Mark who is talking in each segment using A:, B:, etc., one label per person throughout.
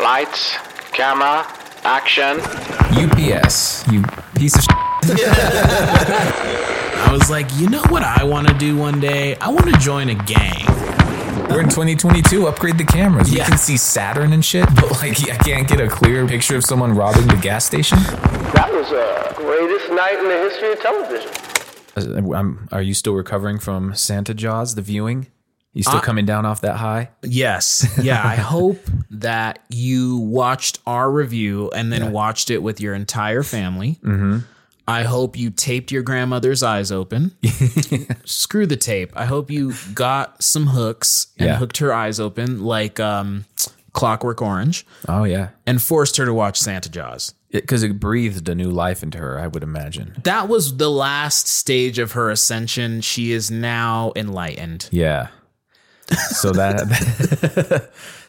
A: Lights, camera, action.
B: UPS, you piece of shit.
C: I was like, you know what I want to do one day? I want to join a gang.
B: We're in 2022. Upgrade the cameras.
C: Yeah.
B: You can see Saturn and shit, but like, I can't get a clear picture of someone robbing the gas station.
D: That was the greatest night in the history of television.
B: Uh, I'm, are you still recovering from Santa Jaws, the viewing? You still
C: Uh,
B: coming down off that high?
C: Yes. Yeah. I hope that you watched our review and then watched it with your entire family. Mm-hmm. I hope you taped your grandmother's eyes open. Screw the tape. I hope you got some hooks and
B: Yeah.
C: hooked her eyes open like um, Clockwork Orange
B: Oh yeah,
C: and forced her to watch Santa Jaws.
B: because it, breathed a new life into her. I would imagine.
C: That was the last stage of her ascension. She is now enlightened.
B: Yeah. So that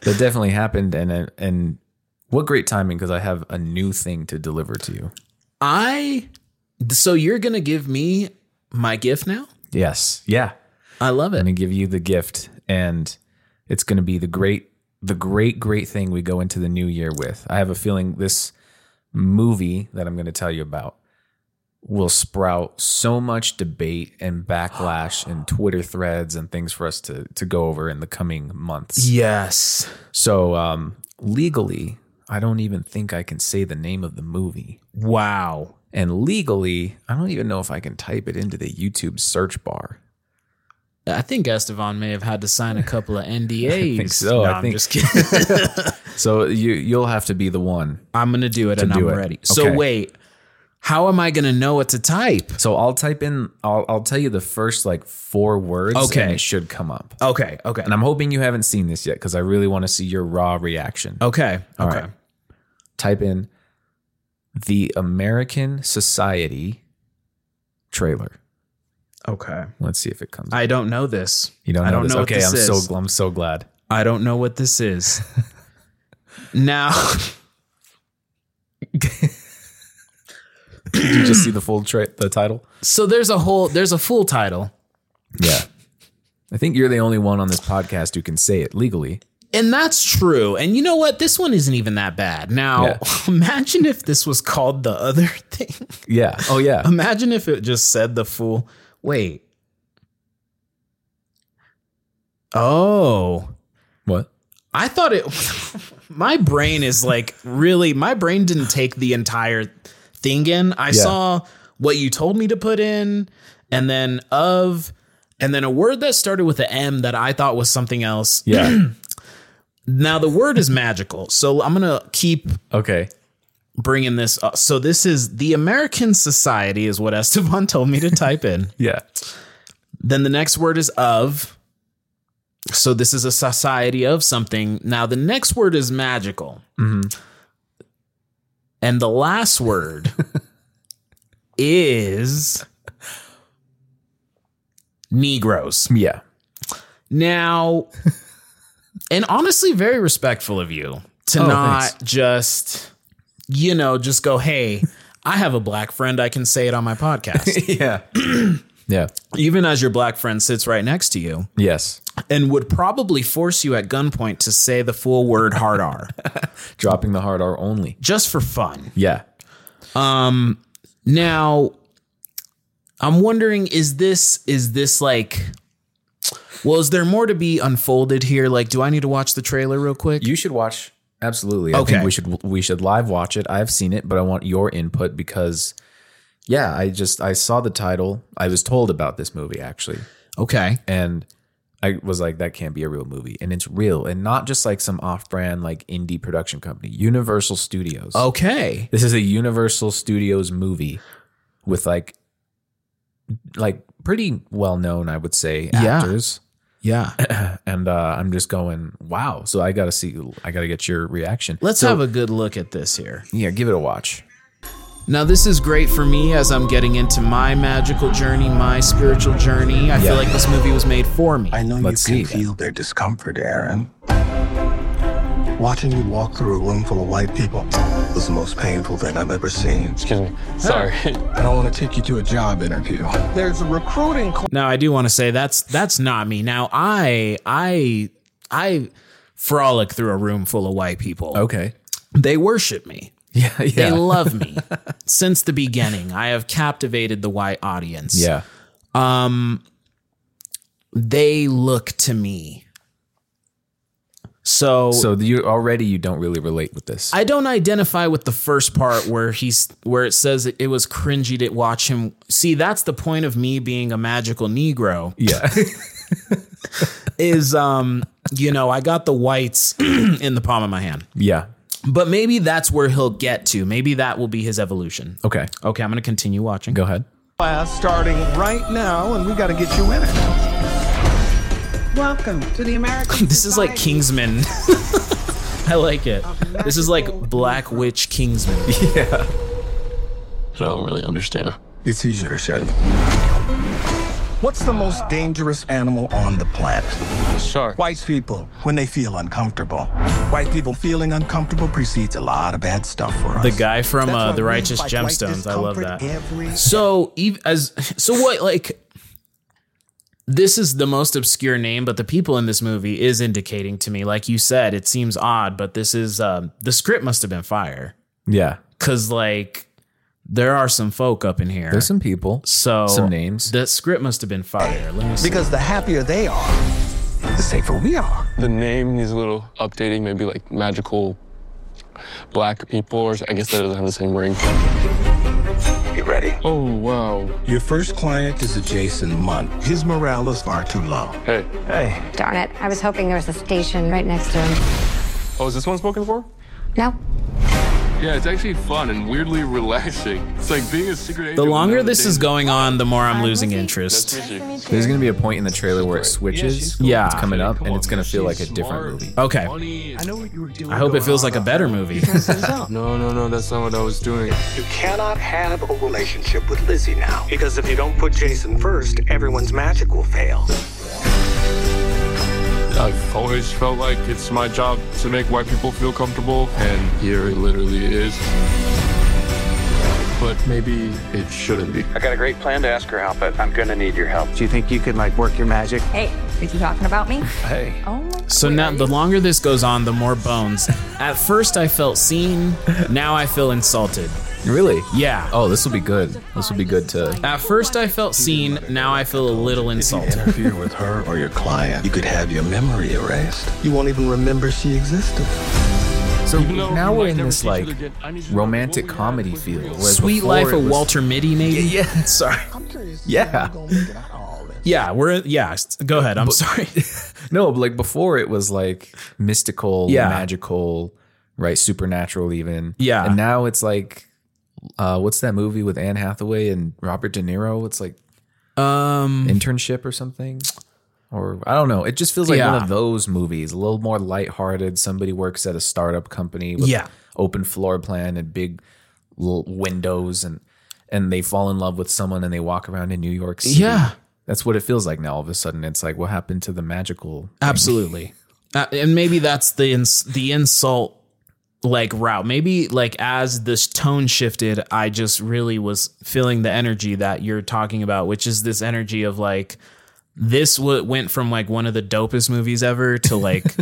B: that definitely happened, and and what great timing because I have a new thing to deliver to you.
C: I. So you're going to give me my gift now?
B: Yes. Yeah.
C: I love it.
B: I'm gonna give you the gift, and it's gonna be the great, the great, great thing we go into the new year with. I have a feeling this movie that I'm gonna tell you about will sprout so much debate and backlash and Twitter threads and things for us to to go over in the coming months.
C: Yes.
B: So um, legally, I don't even think I can say the name of the movie.
C: Wow.
B: And legally, I don't even know if I can type it into the YouTube search bar.
C: I think Estevan may have had to sign a couple of NDAs.
B: I think so.
C: No,
B: I
C: I'm
B: think-
C: just kidding.
B: So you you'll have to be the one
C: I'm gonna do it and
B: do
C: I'm
B: it.
C: ready. So
B: Okay.
C: wait, how am I gonna know what to type?
B: So I'll type in. I'll I'll tell you the first like four words.
C: Okay.
B: and it should come up.
C: Okay. Okay.
B: And I'm hoping you haven't seen this yet because I really want to see your raw reaction.
C: okay.
B: All
C: okay.
B: right. Type in the American Society trailer.
C: Okay.
B: Let's see if it comes. up.
C: I don't know this.
B: you don't.
C: I
B: know
C: don't
B: this.
C: know
B: Okay,
C: what
B: I'm
C: this is.
B: so I'm so glad.
C: I don't know what this is. now,
B: Did you just see the full tra- the title?
C: so there's a whole there's a full title,
B: Yeah. I think you're the only one on this podcast who can say it legally.
C: and that's true. And you know what? This one isn't even that bad. Now,
B: Yeah.
C: imagine if this was called the other thing.
B: Yeah. Oh yeah.
C: Imagine if it just said the full. Wait. Oh,
B: what?
C: I thought it. my brain is like really. My brain didn't take the entire thing in. I saw what you told me to put in, and then of, and then a word that started with an M that I thought was something else.
B: Yeah.
C: Now the word is magical, so I'm gonna keep
B: okay.
C: bringing this up. So this is the American Society, is what Esteban told me to type in.
B: Yeah.
C: Then the next word is of. So this is a society of something. Now the next word is magical. And the last word is Negroes.
B: Yeah.
C: Now, and honestly, very respectful of you to
B: Oh,
C: not
B: thanks.
C: just, you know, just go, hey, I have a black friend. I can say it on my podcast.
B: yeah. yeah.
C: Even as your black friend sits right next to you.
B: Yes.
C: and would probably force you at gunpoint to say the full word hard R
B: dropping the hard R only.
C: just for fun.
B: Yeah.
C: Now, I'm wondering is this is this like well, is there more to be unfolded here? Like, do I need to watch the trailer real quick?
B: You should watch absolutely. I
C: Okay.
B: think we should we should live watch it. I've seen it, but I want your input because yeah, I just I saw the title. I was told about this movie actually.
C: okay.
B: And I was like that can't be a real movie and it's real and not just like some off-brand like indie production company. Universal Studios.
C: Okay.
B: This is a Universal Studios movie with like like pretty well-known, I would say,
C: Yeah.
B: actors.
C: Yeah.
B: and uh, I'm just going, wow. So I gotta see, I gotta get your reaction.
C: Let's
B: So-
C: have a good look at this here.
B: yeah, give it a watch.
C: Now, this is great for me as I'm getting into my magical journey, my spiritual journey. I
B: Yeah.
C: feel like this movie was made for me.
E: I know
B: Let's
E: you can
B: see.
E: feel their discomfort, Aaron. Watching you walk through a room full of white people was the most painful thing I've ever seen.
F: Excuse me. Sorry.
E: I don't want to take you to a job interview. There's a recruiting call.
C: Now I do want to say that's that's not me. Now I I I frolic through a room full of white people.
B: Okay.
C: They worship me.
B: Yeah.
C: They
B: Oh. Yeah.
C: love me. Since the beginning, I have captivated the white audience. Um,
B: yeah.
C: They look to me. So,
B: So you already you don't really relate with this.
C: I don't identify with the first part where he's where it says it, it was cringy to watch him. See, that's the point of me being a magical Negro.
B: yeah.
C: Is um, you know, I got the whites in the palm of my hand.
B: yeah.
C: But maybe that's where he'll get to. Maybe that will be his evolution.
B: Okay. Oh,
C: Okay, I'm gonna continue watching.
B: Go ahead.
E: class starting right now, and we got to get you in it.
F: Welcome to the American.
C: This is like
F: Society
C: Kingsman. I like it. This is like Black Witch Kingsman.
G: I don't really understand.
E: It's easier to shut. What's the most dangerous animal on the planet?
G: Shark.
E: White people, when they feel uncomfortable. White people feeling uncomfortable precedes a lot of bad stuff for us.
C: The guy from
E: That's
C: uh,
E: why
C: The
E: we
C: Righteous
E: fight white
C: Gemstones. I love
E: discomfort
C: that.
E: every-
C: So ev- as so what like this is the most obscure name, but the people in this movie is indicating to me, like you said, it seems odd, but this is um, the script must have been fire
B: Yeah.
C: because like there are some folk up in here.
B: There's some people.
C: so
B: some names.
C: The script must have been fire. Let me see.
E: Because the happier they are, the safer we are.
G: The name needs a little updating, maybe like magical black people, or I guess that doesn't have the same ring.
E: You ready?
G: Oh, wow.
E: Your first client is a Jason Munt. His morale is far too low.
G: Hey.
E: Hey.
H: Darn it. I was hoping there was a station right next to him.
G: Oh, is this one spoken for?
H: No?
G: Yeah, it's actually fun and weirdly relaxing. It's like being a secret agent.
C: the longer
G: without a
C: this is
G: date.
C: going on, the more I'm losing
G: Nice
C: interest.
G: to meet you.
B: There's gonna be a point in the trailer where it switches.
C: cool. Yeah.
B: It's coming up,
G: Come
B: and
G: on,
B: it's gonna
G: man,
B: feel like
G: she's
B: a different
G: smart,
B: movie.
C: Okay.
G: funny.
C: I hope it feels like a better movie.
G: No, no, no, that's not what I was doing.
I: You cannot have a relationship with Lizzie now. Because if you don't put Jason first, everyone's magic will fail.
G: I've always felt like it's my job to make white people feel comfortable, and here it literally is. But maybe it shouldn't be.
J: I got a great plan to ask her out, but I'm gonna need your help.
I: Do you think you can, like, work your magic?
H: Hey, are you talking about me?
I: Hey.
H: Oh my
C: So now, the longer this goes on, the more bones. At first, I felt seen. Now I feel insulted.
B: Really?
C: Yeah.
B: Oh, this will be good. This will be good to.
C: At first, I felt seen. Now I feel a little insulted.
E: interfere with her or your client, you could have your memory erased. You won't even remember she existed.
B: So
G: Even though
B: now
G: you
B: we're
G: might
B: in
G: never
B: this
G: see each
B: like
G: other again, I need to know
B: romantic
G: what we had
B: comedy
G: was
B: feel.
G: real.
B: whereas
C: Sweet
B: before
C: Life
B: it
C: of
B: was-
C: Walter Mitty, maybe.
B: Yeah. Sorry.
E: I'm curious.
B: Yeah.
C: Yeah, we're yeah. s- Go ahead. I'm sorry.
B: No, but like before it was like mystical,
C: Yeah.
B: magical, right? Supernatural, even.
C: Yeah.
B: And now it's like, uh, what's that movie with Anne Hathaway and Robert De Niro? It's like
C: Um,
B: internship or something. Or I don't know. It just feels like
C: Yeah.
B: one of those movies, a little more lighthearted. Somebody works at a startup company with
C: Yeah.
B: open floor plan and big l- windows, and and they fall in love with someone and they walk around in New York City.
C: Yeah.
B: that's what it feels like now. All of a sudden, it's like what happened to the magical?
C: absolutely. Uh, and maybe that's the ins- the insult like route. Maybe like as this tone shifted, I just really was feeling the energy that you're talking about, which is this energy of like this w- went from like one of the dopest movies ever to like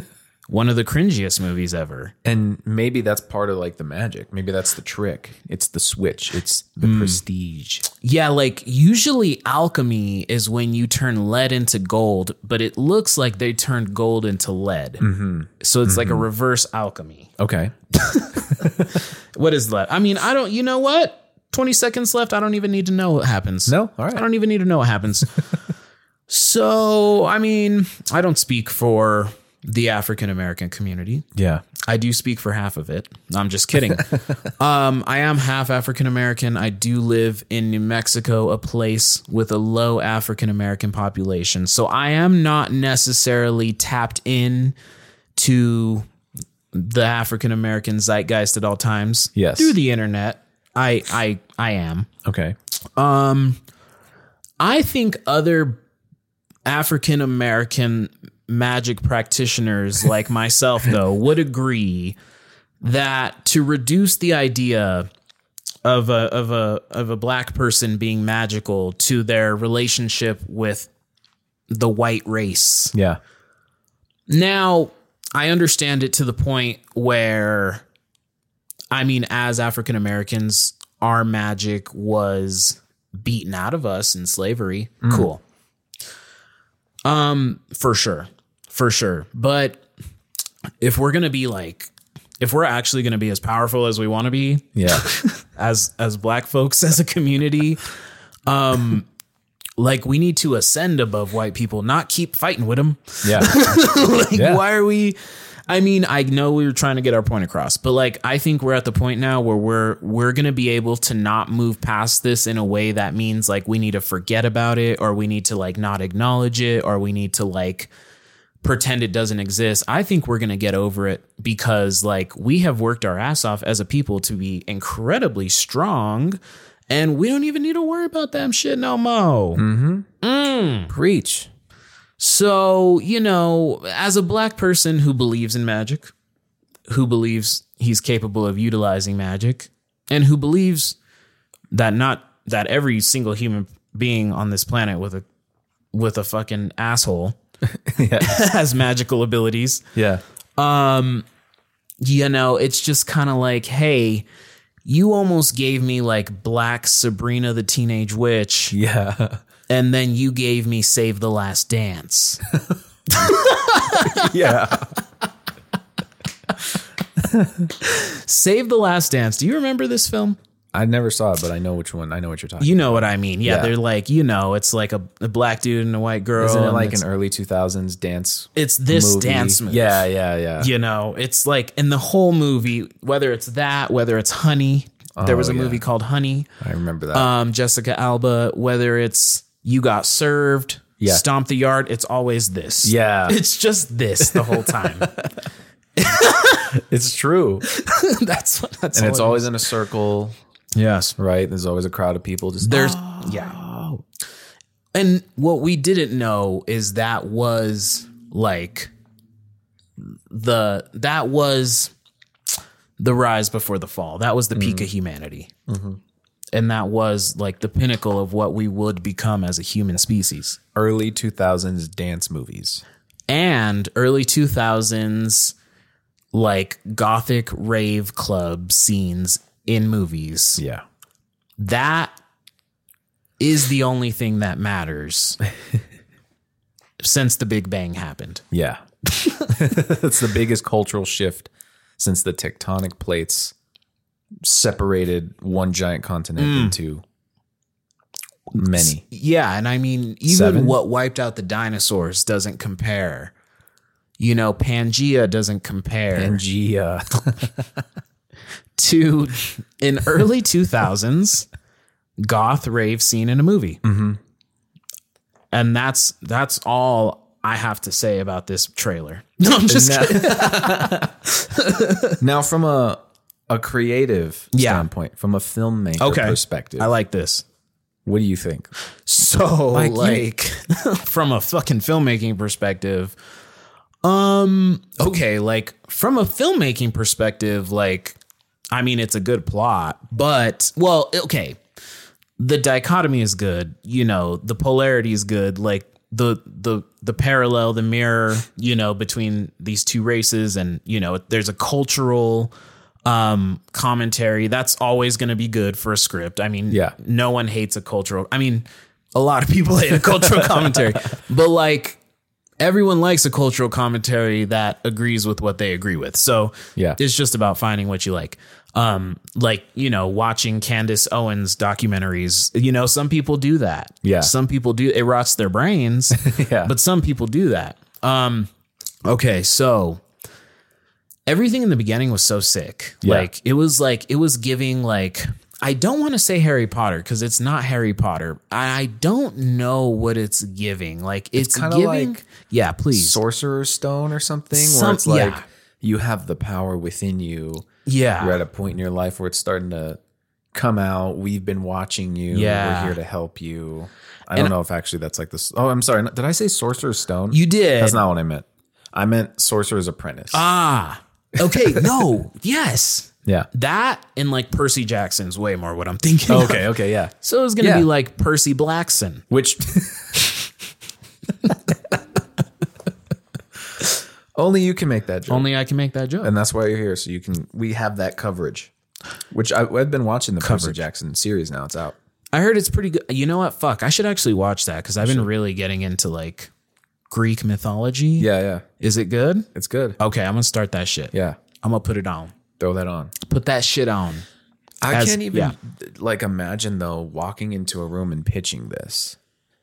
C: one of the cringiest movies ever.
B: And maybe that's part of like the magic. Maybe that's the trick. It's the switch. It's the
C: Hmm.
B: prestige.
C: Yeah, like usually alchemy is when you turn lead into gold, but it looks like they turned gold into lead. So it's like a reverse alchemy.
B: Okay.
C: What is lead? I mean, I don't, you know what? 20 seconds left. I don't even need to know what happens.
B: No? All right.
C: I don't even need to know what happens. so, I mean, I don't speak for the African American community.
B: Yeah.
C: I do speak for half of it. No, I'm just kidding. um, I am half African American. I do live in New Mexico, a place with a low African American population. So I am not necessarily tapped in to the African American zeitgeist at all times.
B: Yes.
C: Through the internet. I I I am.
B: Okay.
C: I think other African American magic practitioners like myself, though, would agree that to reduce the idea of a of a of a black person being magical to their relationship with the white race.
B: Yeah.
C: Now, I understand it to the point where, I mean, as African Americans, our magic was beaten out of us in slavery. Cool. Um, for sure. For sure. But if we're gonna be like if we're actually gonna be as powerful as we wanna be
B: Yeah.
C: as as black folks as a community, um like we need to ascend above white people, not keep fighting with them.
B: Yeah.
C: like
B: Yeah.
C: why are we I mean, I know we were trying to get our point across, but like I think we're at the point now where we're we're going to be able to not move past this in a way that means like we need to forget about it or we need to like not acknowledge it or we need to like pretend it doesn't exist. I think we're going to get over it because like we have worked our ass off as a people to be incredibly strong and we don't even need to worry about them shit no more.
B: Preach.
C: So, you know, as a black person who believes in magic, who believes he's capable of utilizing magic, and who believes that not that every single human being on this planet with a with a fucking asshole has magical abilities
B: Yeah.
C: you know, it's just kind of like, hey, you almost gave me like Black Sabrina the Teenage Witch. Yeah. And then you gave me Save the Last Dance.
B: Yeah.
C: Save the Last Dance. Do you remember this film?
B: I never saw it, but I know which one. I know what you're talking.
C: You know what I mean. Yeah,
B: Yeah.
C: they're like, you know, it's like a, a black dude and a white girl.
B: about. Isn't it
C: and
B: like
C: it's,
B: an early 2000s dance?
C: it's this
B: movie?
C: dance move.
B: Yeah, yeah, yeah.
C: You know, it's like in the whole movie, whether it's that, whether it's Honey. there was a
B: Oh, yeah.
C: movie called Honey.
B: I remember that.
C: um, Jessica Alba, whether it's you got served,
B: Yeah.
C: stomp the yard, it's always this.
B: yeah,
C: It's just this the whole time.
B: it's true.
C: that's what that's
B: and it's
C: all it
B: always in a circle,
C: is. yes.
B: right? There's always a crowd of people. Just
C: There's yeah. And what we didn't know is that was like the that was the rise before the fall. That was the peak of humanity. And that was like the pinnacle of what we would become as a human species.
B: early 2000s dance movies.
C: and early 2000s like gothic rave club scenes in movies
B: Yeah,
C: that is the only thing that matters since the big bang happened
B: yeah. That's the biggest cultural shift since the tectonic plates separated one giant continent
C: Mm.
B: into many.
C: yeah and i mean even
B: Seven.
C: what wiped out the dinosaurs doesn't compare you know pangea doesn't compare uh,
B: Pangea.
C: to in early 2000s goth rave scene in a movie and that's that's all i have to say about this trailer no i'm just kidding.
B: now, from a a creative
C: Yeah.
B: standpoint, from a filmmaker
C: Okay.
B: perspective,
C: i like this
B: what do you think?
C: so like,
B: you-
C: from a fucking filmmaking perspective um okay like from a filmmaking perspective like i mean it's a good plot but well okay the dichotomy is good you know the polarity is good like the the the parallel the mirror you know between these two races and you know there's a cultural um commentary that's always going to be good for a script i mean
B: Yeah.
C: no one hates a cultural i mean a lot of people hate a cultural commentary but like everyone likes a cultural commentary that agrees with what they agree with. So
B: Yeah.
C: it's just about finding what you like. Um, like you know, watching Candace Owens documentaries. You know, some people do that.
B: Yeah.
C: some people do. It rots their brains.
B: Yeah.
C: but some people do that. Um, okay, so everything in the beginning was so sick.
B: Yeah.
C: Like it was like it was giving like I don't want to say Harry Potter because it's not Harry Potter. I I don't know what it's giving. Like it's,
B: kinda
C: giving.
B: like
C: yeah, please.
B: Sorcerer's Stone or something,
C: Some-
B: where it's like
C: yeah.
B: you have the power within you.
C: yeah.
B: You're at a point in your life where it's starting to come out. We've been watching you.
C: Yeah.
B: We're here to help you. I don't know if actually that's like this. Oh, I'm sorry. Did I say Sorcerer's Stone?
C: You did.
B: That's not what I meant. I meant Sorcerer's Apprentice.
C: ah. Okay. No. yes.
B: yeah.
C: That and like Percy Jackson's way more what I'm thinking. of.
B: Okay. Okay. Yeah.
C: So it was gonna
B: Yeah.
C: be like Percy Blackson.
B: Which Only you can make that joke.
C: Only I can make that joke.
B: and that's why you're here. So you can. We have that coverage, which I, I've been watching the Percy
C: Coverage.
B: Jackson series now. It's out.
C: I heard it's pretty good. You know what? Fuck, I should actually watch that because I've been really getting into like Greek mythology.
B: Yeah, yeah,
C: Is it good?
B: it's good.
C: Okay, I'm gonna start that shit.
B: Yeah,
C: I'm gonna put it on.
B: throw that on.
C: Put that shit on.
B: I
C: As-
B: can't even
C: yeah.
B: like imagine though walking into a room and pitching this,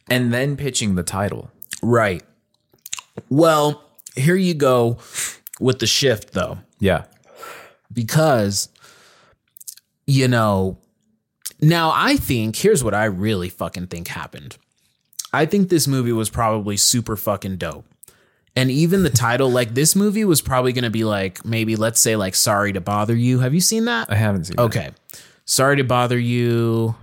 B: and then pitching the title.
C: Right. Well, here you go with the shift though.
B: Yeah,
C: because you know now i think here's what i really fucking think happened i think this movie was probably super fucking dope and even the title like this movie was probably going to be like maybe let's say like sorry to bother you have you seen that
B: I haven't seen. it.
C: okay sorry to bother you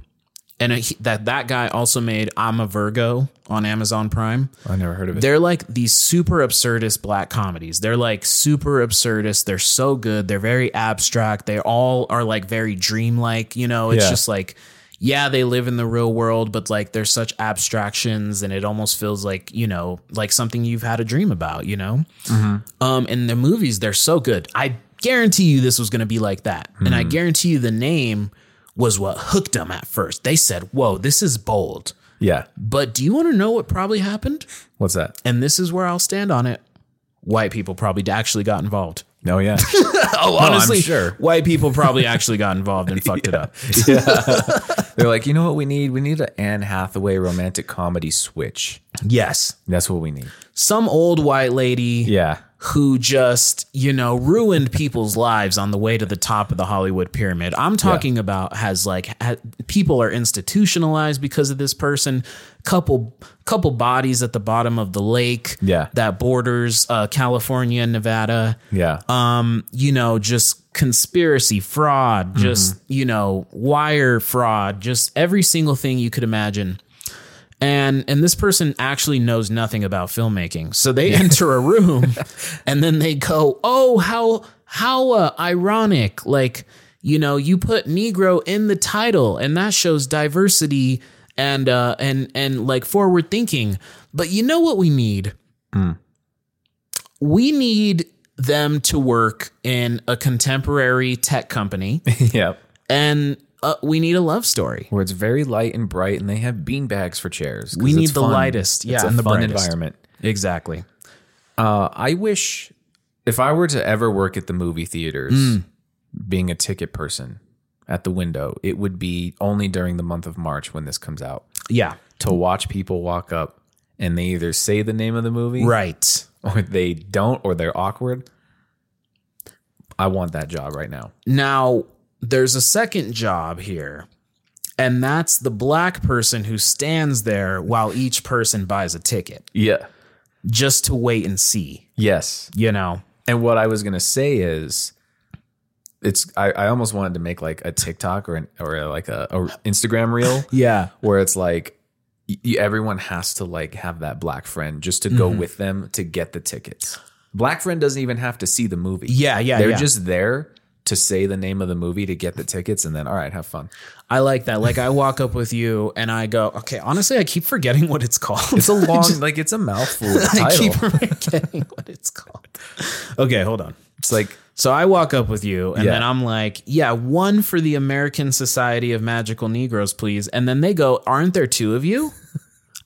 C: and he- that that guy also made i'm a virgo on amazon prime
B: I never heard of it.
C: they're like these super absurdist black comedies. They're like super absurdist. They're so good. They're very abstract. They all are like very dreamlike. You know, it's
B: Yeah.
C: just like, yeah, they live in the real world, but like there's such abstractions and it almost feels like, you know, like something you've had a dream about, you know? Um, and the movies, they're so good. I guarantee you this was going to be like that. And I guarantee you the name was what hooked them at first. They said, whoa, this is bold.
B: yeah,
C: But do you want to know what probably happened?
B: what's that?
C: and this is where I'll stand on it. White people probably actually got involved.
B: No, yeah,
C: Oh, honestly,
B: sure.
C: white people probably actually got involved and fucked it up.
B: they're like, you know what we need? We need an Anne Hathaway romantic comedy switch.
C: Yes,
B: That's what we need.
C: some old white lady
B: Yeah,
C: who just you know ruined people's lives on the way to the top of the Hollywood pyramid. I'm talking about has like ha- people are institutionalized because of this person. Couple couple bodies at the bottom of the lake.
B: Yeah.
C: that borders uh, California and Nevada.
B: yeah.
C: um, you know, just conspiracy, fraud, just, you know, wire fraud, just every single thing you could imagine. And and this person actually knows nothing about filmmaking. So they enter a room and then they go, "Oh, how how uh, ironic. Like, you know, you put negro in the title and that shows diversity and uh and and like forward thinking. But you know what we need? we need them to work in a contemporary tech company
B: yep.
C: and uh, we need a love story.
B: Where it's very light and bright, and they have bean bags for chairs. 'cause
C: We need
B: it's
C: the lightest, yeah,
B: it's a
C: and the
B: fun
C: brightest.
B: environment.
C: Exactly.
B: Uh, I wish Hmm. if I were to ever work at the movie theaters, being a ticket person at the window, it would be only during the month of March when this comes out
C: Yeah.
B: to watch people walk up and they either say the name of the movie,
C: Right.
B: or they don't, or they're awkward. I want that job right now.
C: Now, there's a second job here, and that's the black person who stands there while each person buys a ticket
B: Yeah.
C: just to wait and see,
B: Yes.
C: you know?
B: And what I was gonna say is, it's I, I almost wanted to make like a TikTok or an or like a, a Instagram reel
C: Yeah.
B: where it's like y- y everyone has to like have that black friend just to
C: Mm-hmm.
B: go with them to get the tickets. Black friend doesn't even have to see the movie.
C: Yeah, yeah,
B: They're
C: yeah.
B: just there to say the name of the movie to get the tickets, and then all right, have fun.
C: I like that. Like, I walk up with you and I go, okay, honestly, I keep forgetting what it's called.
B: It's a long, like it's a mouthful. of a
C: I
B: title.
C: keep forgetting what it's called. Okay, hold on.
B: it's like
C: So I walk up with you, and
B: Yeah.
C: then I'm like, "Yeah, one for the American Society of Magical Negroes, please." And then they go, "Aren't there two of you?"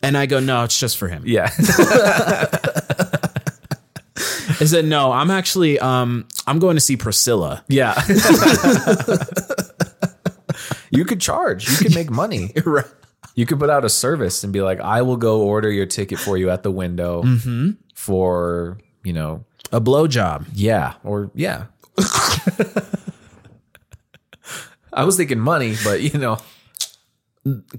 C: And I go, "No, it's just for him."
B: yeah,
C: I said, "No, I'm actually, um, I'm going to see Priscilla."
B: yeah. you could charge. You could make money.
C: Right.
B: You could put out a service and be like, I will go order your ticket for you at the window
C: Mm-hmm.
B: for you know
C: A blowjob.
B: Yeah, or yeah. I was thinking money, but you know,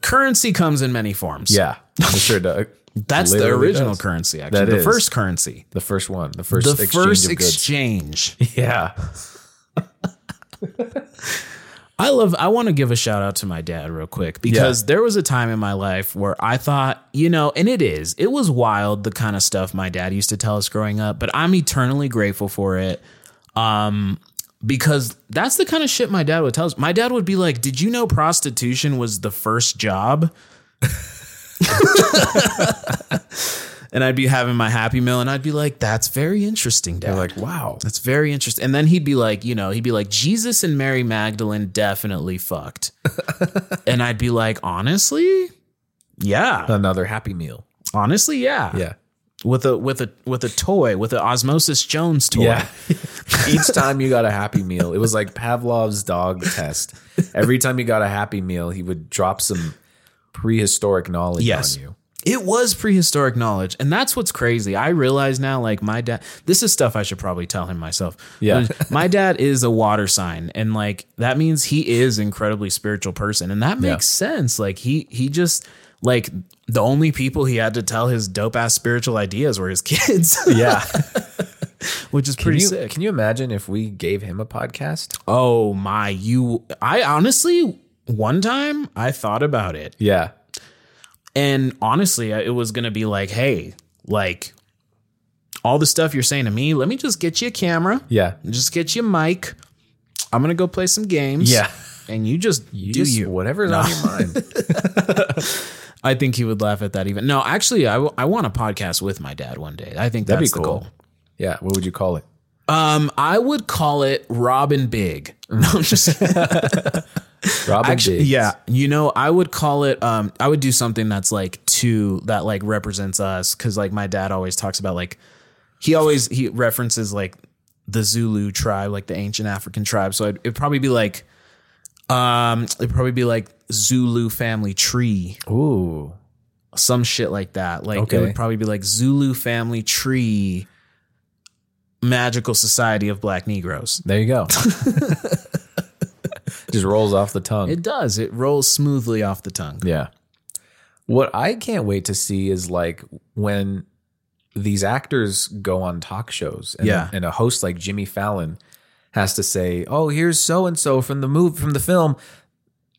C: Currency comes in many forms.
B: yeah, it sure does.
C: that's the
B: Literally
C: original
B: does.
C: currency. Actually,
B: That
C: the
B: is.
C: first currency,
B: The first one, the first
C: the
B: exchange
C: first
B: of
C: exchange.
B: goods. Yeah,
C: I love I want to give a shout out to my dad real quick because there was a time in my life where I thought, you know, and it is. It was wild the kind of stuff my dad used to tell us growing up, but I'm eternally grateful for it. Um because that's the kind of shit my dad would tell us. My dad would be like, "Did you know prostitution was the first job?" and I'd be having my Happy Meal, and I'd be like, "That's very interesting, Dad."
B: You're like, wow.
C: That's very interesting. And then he'd be like, you know, he'd be like, Jesus and Mary Magdalene definitely fucked. and I'd be like, honestly, yeah,
B: Another Happy Meal.
C: honestly, yeah,
B: Uh, Yeah.
C: With a with a with a toy, with an Osmosis Jones toy.
B: Yeah. Each time you got a happy meal, it was like Pavlov's dog test. Every time you got a happy meal, he would drop some prehistoric knowledge
C: Yes.
B: on you.
C: It was prehistoric knowledge. And that's what's crazy. I realize now, like, my dad, this is stuff I should probably tell him myself.
B: Yeah.
C: But my dad is a water sign. And, like, that means he is incredibly spiritual person. And that
B: Yeah.
C: makes sense. Like, he, he just, like, the only people he had to tell his dope ass spiritual ideas were his kids.
B: Yeah.
C: Which is
B: Can
C: pretty
B: you,
C: sick.
B: can you imagine if we gave him a podcast?
C: oh, my. You, I honestly, one time I thought about it.
B: Yeah.
C: And honestly, I- it was going to be like, hey, like all the stuff you're saying to me, let me just get you a camera,
B: Yeah.
C: just get you a mic. I'm going to go play some games.
B: Yeah.
C: And you just do
B: Just
C: you.
B: whatever's on your mind.
C: I think he would laugh at that even. No, actually, I, w- I want a podcast with my dad one day. I think
B: That'd
C: that's
B: be
C: the
B: cool.
C: goal.
B: Yeah. What would you call it?
C: Um, I would call it Robin Big. No, I'm just
B: Robin
C: Actually,
B: Diggs.
C: yeah. You know, I would call it. Um, I would do something that's like two that like represents us because like my dad always talks about like he always he references like the Zulu tribe, like the ancient African tribe. So it'd, it'd probably be like, um, it'd probably be like Zulu family tree,
B: Ooh.
C: some shit like that. Like
B: Okay.
C: it would probably be like Zulu family tree, magical society of black Negroes.
B: There you go. Just rolls off the tongue.
C: It does. It rolls smoothly off the tongue.
B: Yeah. What I can't wait to see is like when these actors go on talk shows and,
C: Yeah.
B: and a host like Jimmy Fallon has to say, "Oh, here's so and so from the movie from the film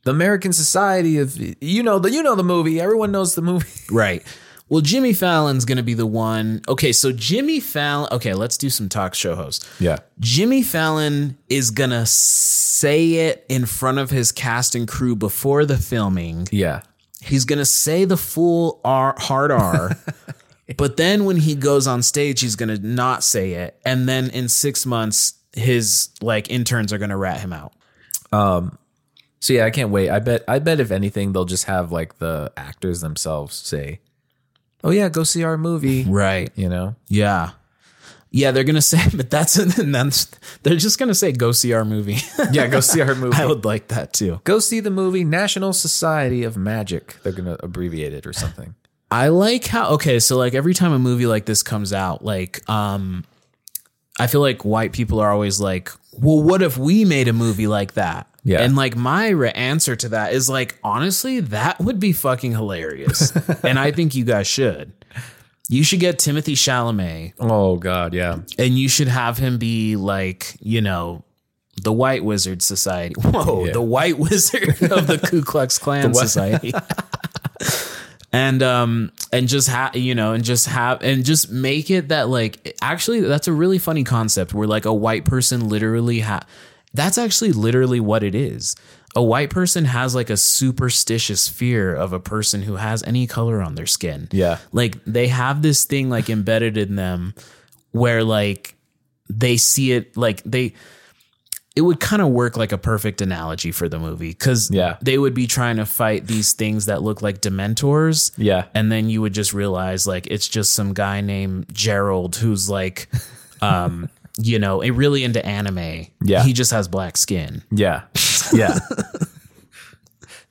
B: The American Society of you know the you know the movie, everyone knows the movie."
C: Right. Well, Jimmy Fallon's going to be the one. Okay, so Jimmy Fallon. Okay, let's do some talk show hosts.
B: Yeah.
C: Jimmy Fallon is going to say it in front of his cast and crew before the filming.
B: Yeah.
C: He's going to say the full R, hard R. but then when he goes on stage, he's going to not say it. And then in six months, his like interns are going to rat him out.
B: So yeah, I can't wait. I bet I bet if anything they'll just have like the actors themselves say, "Oh yeah, go see our movie."
C: Right.
B: You know?
C: Yeah. Yeah, they're gonna say, but that's and that's they're just gonna say, "Go see our movie."
B: Yeah, go see our movie.
C: I would like that too.
B: go see the movie National Society of Magic. They're going to abbreviate it or something.
C: I like how okay, so like every time a movie like this comes out, like um I feel like white people are always like, "Well, what if we made a movie like that?"
B: Yeah.
C: And like my re- answer to that is like, honestly, that would be fucking hilarious. and I think you guys should. You should get Timothy Chalamet
B: Oh god, yeah.
C: and you should have him be like, you know, the White Wizard Society. Whoa,
B: Yeah.
C: the White Wizard of the Ku Klux Klan
B: whi-
C: Society. and um and just have you know and just have and just make it that like actually that's a really funny concept where like a white person literally ha that's actually literally what it is a white person has like a superstitious fear of a person who has any color on their skin
B: Yeah.
C: like they have this thing like embedded in them where like they see it like they it would kind of work like a perfect analogy for the movie because
B: Yeah.
C: they would be trying to fight these things that look like dementors
B: Yeah.
C: and then you would just realize like it's just some guy named gerald who's like um you know eh, really into anime
B: Yeah.
C: he just has black skin
B: Yeah. Yeah.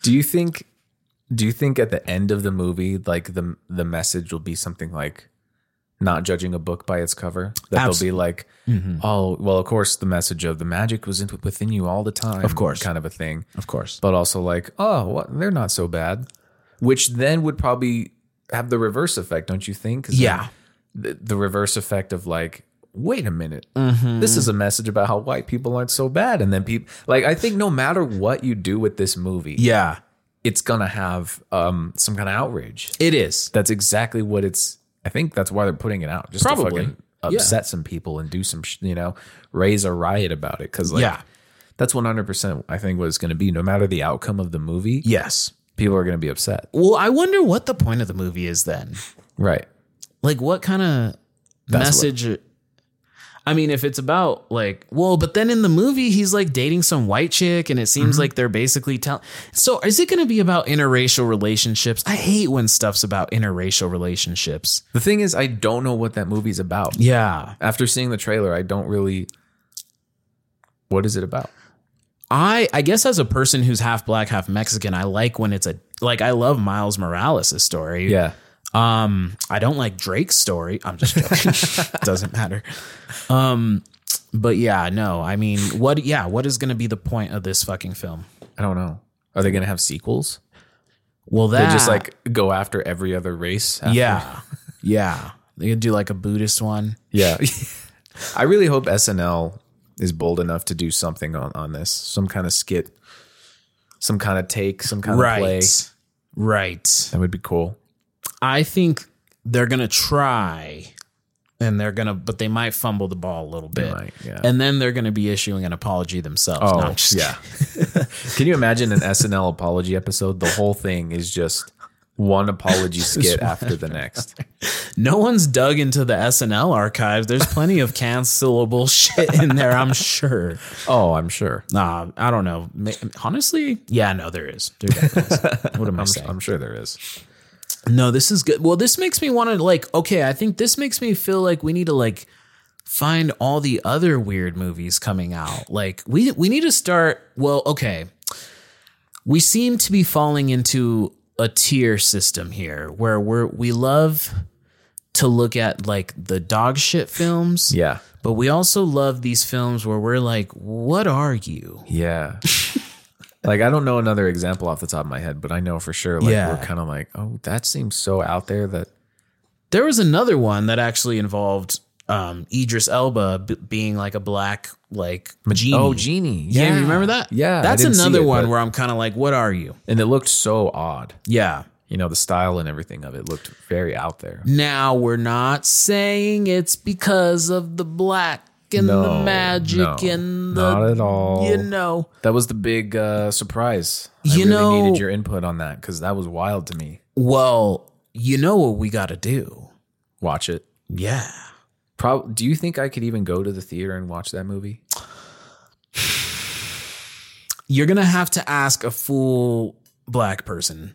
B: do you think do you think at the end of the movie like the the message will be something like not judging a book by its cover? That
C: Abs-
B: they'll be like,
C: Mm-hmm.
B: "Oh, well, of course the message of the magic was in, within you all the time." Of
C: course.
B: kind of a thing.
C: of course
B: But also like, "Oh, what? They're not so bad." Which then would probably have the reverse effect, don't you think? 'Cause then
C: yeah
B: the, the reverse effect of like wait a minute
C: Mm-hmm.
B: this is a message about how white people aren't so bad and then people like i think no matter what you do with this movie
C: yeah
B: it's gonna have um some kind of outrage
C: it is
B: that's exactly what it's i think that's why they're putting it out just
C: Probably.
B: to fucking upset some people and do some sh- you know raise a riot about it because like
C: yeah
B: that's 100% i think what it's gonna be no matter the outcome of the movie
C: yes
B: people are gonna be upset
C: well i wonder what the point of the movie is then
B: right
C: Like, what kind of
B: That's
C: message? I mean, if it's about like, well, but then in the movie he's like dating some white chick, and it
B: Mm-hmm.
C: seems like they're basically telling. So, is it going to be about interracial relationships? I hate when stuff's about interracial relationships.
B: The thing is, I don't know what that movie's about.
C: Yeah,
B: After seeing the trailer, I don't really. What is it about?
C: I I guess as a person who's half black, half Mexican, I like when it's a like I love Miles Morales' story.
B: Yeah.
C: Um, I don't like Drake's story. I'm just joking. Doesn't matter. Um, but yeah, no. I mean, what? Yeah, what is going to be the point of this fucking film?
B: I don't know. Are they going to have sequels?
C: Well,
B: They
C: that
B: just like go after every other race. after-
C: yeah, yeah. They could do like a Buddhist one.
B: Yeah. I really hope SNL is bold enough to do something on, on this. Some kind of skit, some kind of take, some kind of play.
C: right.
B: That would be cool.
C: I think they're gonna try, and they're gonna, but they might fumble the ball a little bit,
B: might, yeah.
C: and then they're gonna be issuing an apology themselves. No, I'm just
B: Oh, yeah. Can you imagine an SNL apology episode? The whole thing is just one apology skit after the next.
C: No one's dug into the SNL archives. There's plenty of cancelable shit in there, I'm sure.
B: Oh, I'm sure.
C: Nah, I don't know. Ma- Honestly, yeah, no, there is. There definitely is. What am I
B: I'm,
C: saying?
B: I'm sure there is.
C: No, this is good. Well, this makes me want to like. Okay, I think this makes me feel like we need to like find all the other weird movies coming out. Like we we need to start. Well, okay, we seem to be falling into a tier system here where we're we love to look at like the dog shit films.
B: Yeah.
C: But we also love these films where we're like, what are you?
B: Yeah. like I don't know another example off the top of my head, but I know for sure like
C: Yeah.
B: we're kind of like, oh, that seems so out there that
C: There was another one that actually involved um, Idris Elba b- being like a black like genie.
B: Oh, genie.
C: Yeah, you remember that?
B: Yeah. I
C: that's
B: didn't see
C: another
B: it,
C: one
B: but-
C: where I'm kind of like, what are you?
B: and it looked so odd.
C: Yeah.
B: You know, the style and everything of it looked very out there.
C: Now we're not saying it's because of the black and
B: No,
C: the magic
B: no,
C: and the
B: not at all.
C: You know,
B: That was the big uh, surprise. I
C: You
B: really
C: know-
B: needed your input on that because that was wild to me.
C: well, you know what we got to do.
B: Watch it.
C: Yeah.
B: Pro- do you think I could even go to the theater and watch that movie?
C: You're going to have to ask a full black person.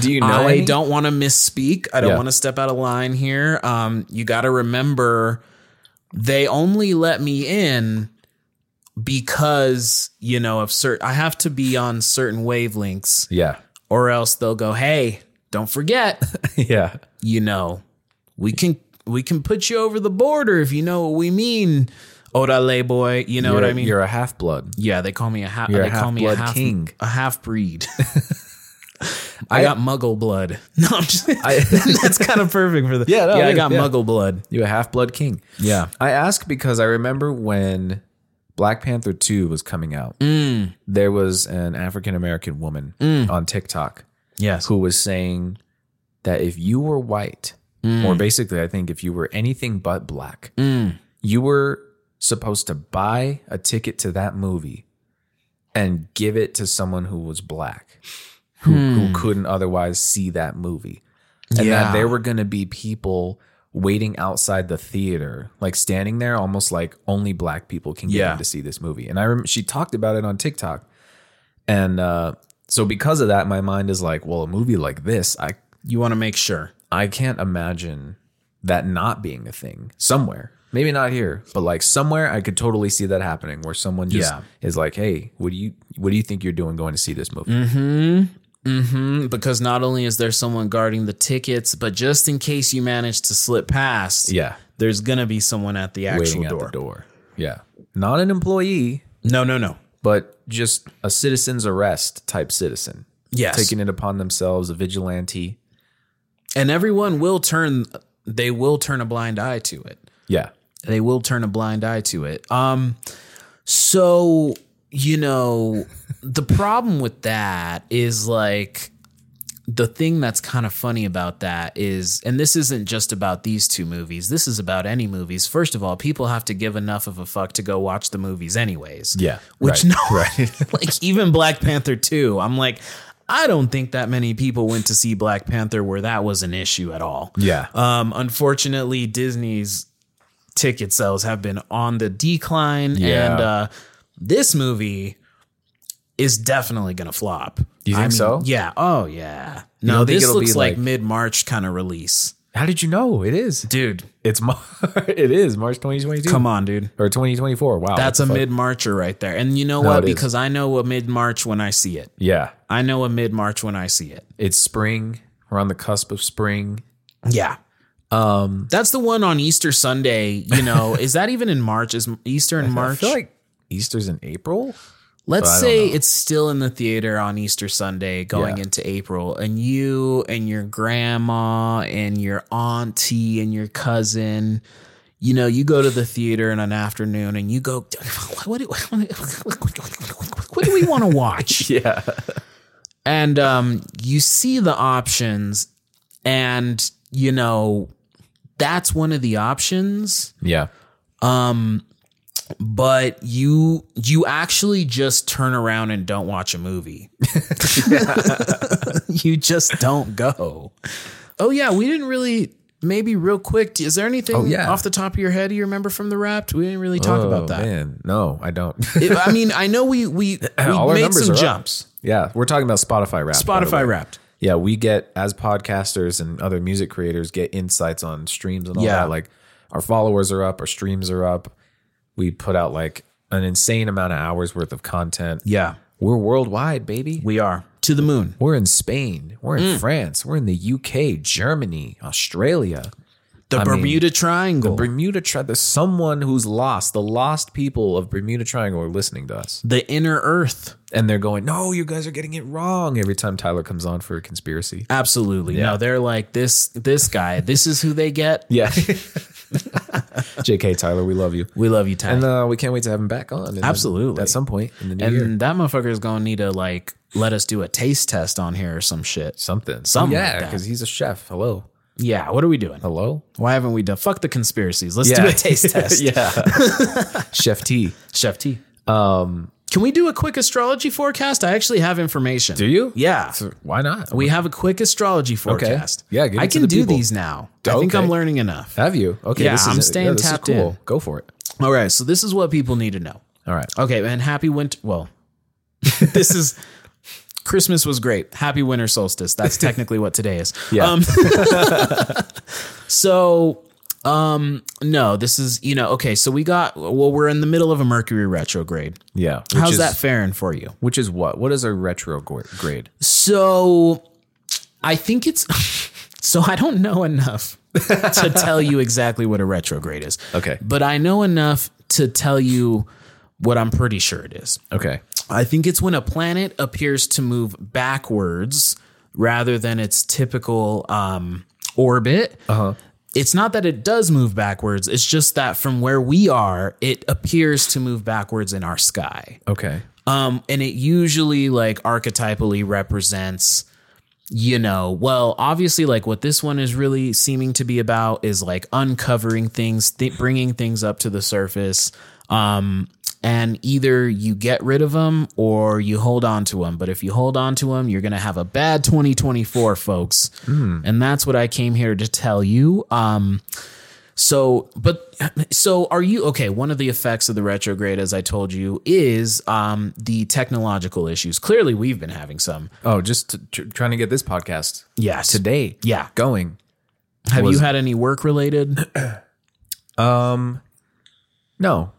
B: Do you know?
C: I
B: any?
C: don't want to misspeak. I don't
B: Yeah.
C: want to step out of line here. Um, you got to remember, they only let me in because you know of certain. I have to be on certain wavelengths,
B: Yeah.
C: or else they'll go, "Hey, don't forget,
B: yeah.
C: you know, we can we can put you over the border if you know what we mean." Orale boy, you know
B: you're,
C: what
B: a-
C: I mean?
B: You're a half blood.
C: Yeah, they call me a half.
B: You're
C: They
B: a
C: call me a
B: half-blood
C: half
B: king.
C: a half breed. I, got Muggle blood. No, I'm just. that's kind of perfect for the.
B: Yeah, no,
C: yeah,
B: it
C: I
B: is,
C: got
B: yeah.
C: Muggle blood.
B: You're a half blood king.
C: Yeah.
B: I ask because I remember when Black Panther 2 was coming out,
C: Mm.
B: there was an African American woman on TikTok
C: Yes.
B: who was saying that if you were white,
C: Mm.
B: or basically, I think if you were anything but black, you were supposed to buy a ticket to that movie and give it to someone who was black, who,
C: Hmm.
B: who couldn't otherwise see that movie. And
C: Yeah.
B: that there were going to be people waiting outside the theater, like standing there, almost like only black people can get
C: Yeah.
B: in to see this movie. And I remember she talked about it on TikTok. And uh, so because of that, my mind is like, well, a movie like this, I
C: You want to make sure.
B: I can't imagine that not being a thing somewhere. Maybe not here, but like somewhere I could totally see that happening where someone just
C: Yeah.
B: is like, "Hey, what do you what do you think you're doing going to see this movie?"
C: Mm-hmm. Mm, Because not only is there someone guarding the tickets, but just in case you manage to slip past,
B: Yeah.
C: there's gonna be someone at the actual
B: Waiting at
C: door.
B: the door. Yeah. Not an employee,
C: No, no, no.
B: but just a citizen's arrest type citizen.
C: Yes.
B: Taking it upon themselves, a vigilante.
C: and everyone will turn. They will turn a blind eye to it.
B: Yeah.
C: they will turn a blind eye to it. Um, so you know, the problem with that is like the thing that's kind of funny about that is, and this isn't just about these two movies. This is about any movies. First of all, people have to give enough of a fuck to go watch the movies, anyways.
B: Yeah.
C: Which
B: Right.
C: no, like even Black Panther two. I'm like, I don't think that many people went to see Black Panther where that was an issue at all.
B: Yeah. Uh,
C: Um, unfortunately, Disney's ticket sales have been on the decline,
B: Yeah.
C: and uh, this movie is definitely going to flop.
B: You think so?
C: Yeah. Oh, yeah.
B: don't
C: No,
B: think
C: this
B: it'll be
C: looks like,
B: like-
C: mid March kind of release,
B: How did you know it is?
C: dude.
B: It's Mar- it is March 2022.
C: Come on, dude.
B: Or 2024. Wow.
C: That's a
B: what the Oh, fuck?
C: mid Marcher right there. And you know
B: No,
C: what?
B: it is.
C: Because I know a mid March when I see it.
B: Yeah.
C: I know a mid March when I see it.
B: It's spring. We're on the cusp of spring.
C: Yeah. Um, that's the one on Easter Sunday. You know, is that even in March? Is Easter in March?
B: I feel like Easter's in April.
C: Let's
B: I don't
C: say
B: know.
C: it's still in the theater on Easter Sunday going
B: Yeah.
C: into April, and you and your grandma and your auntie and your cousin, you know, you go to the theater in an afternoon and you go, what do, what do we want to watch?
B: Yeah.
C: and um, you see the options, and, you know, that's one of the options
B: Yeah.
C: um but you you actually just turn around and don't watch a movie you just don't go oh yeah we didn't really maybe real quick is there anything
B: Oh, yeah.
C: off the top of your head you remember from the wrapped we didn't really talk
B: Oh,
C: about that
B: Man. No, I don't.
C: It- i mean i know we we,
B: All
C: we
B: our
C: made
B: numbers
C: some
B: are up.
C: jumps
B: yeah. We're talking about Spotify rap. by the way.
C: spotify wrapped
B: Yeah. We get, as podcasters and other music creators, get insights on streams and all
C: Yeah.
B: that. Like our followers are up, our streams are up. We put out like an insane amount of hours worth of content.
C: yeah
B: We're worldwide, baby.
C: we Mm. are to the moon
B: We're in Spain. We're in France. We're in the UK, Germany, Australia,
C: the
B: I mean,
C: bermuda
B: the
C: triangle the,
B: Bermuda Triangle. Someone who's lost, the lost people of Bermuda Triangle are listening to us.
C: inner earth
B: And they're going, no, you guys are getting it wrong every time Tyler comes on for a conspiracy.
C: absolutely
B: Yeah.
C: no they're like this this guy this is who they get
B: Yeah. JK, Tyler, we love you.
C: we love you Ty.
B: And uh, we can't wait to have him back on. in the-
C: Absolutely.
B: At some point in the new
C: And
B: year.
C: that motherfucker is gonna need to like let us do a taste test on here or some shit.
B: Something.
C: Something like
B: Oh, Yeah,
C: that.
B: because he's a chef. Hello.
C: Yeah, what are we doing?
B: Hello?
C: Why haven't we done? Fuck the conspiracies. Let's do
B: Oh. Yeah.
C: a taste test.
B: yeah. chef T.
C: Chef T. Um, can we do a quick astrology forecast? I actually have information.
B: Do you?
C: Yeah,
B: Why not?
C: we have a quick astrology forecast.
B: Yeah, give it
C: I
B: to
C: can
B: the
C: do
B: people.
C: these now. I think
B: Okay.
C: I'm learning enough.
B: Have you? Okay.
C: Yeah,
B: this is
C: I'm
B: it.
C: staying
B: this is
C: tapped
B: cool.
C: in.
B: Go for it.
C: All right, so this is what people need to know.
B: All right.
C: Okay, and happy winter. Well, this is Christmas was great. Happy winter solstice. That's technically what today is.
B: Yeah.
C: So, um, no, this is you know okay. So we got well, we're in the middle of a Mercury retrograde.
B: yeah. Which
C: How's
B: is,
C: that faring for you?
B: Which is what? What is a retrograde?
C: So, I think it's so I don't know enough to tell you exactly what a retrograde is.
B: Okay.
C: but I know enough to tell you what I'm pretty sure it is.
B: Okay.
C: I think it's when a planet appears to move backwards rather than its typical um, orbit. Uh-huh. It's not that it does move backwards, it's just that from where we are, it appears to move backwards in our sky.
B: Okay.
C: Um, and it usually like archetypally represents, you know, well, obviously, like what this one is really seeming to be about is like uncovering things, th- bringing things up to the surface. Um, and either you get rid of them or you hold on to them. But if you hold on to them, you're going to have a bad 2024, folks. And that's what I came here to tell you. Um, so, but so are you okay? One of the effects of the retrograde, as I told you, is um, the technological issues. Clearly, we've been having some.
B: Oh, just t- tr- trying to get this podcast
C: Yes.
B: today.
C: Yeah.
B: Going.
C: Have
B: was-
C: you had any work related?
B: Um. No.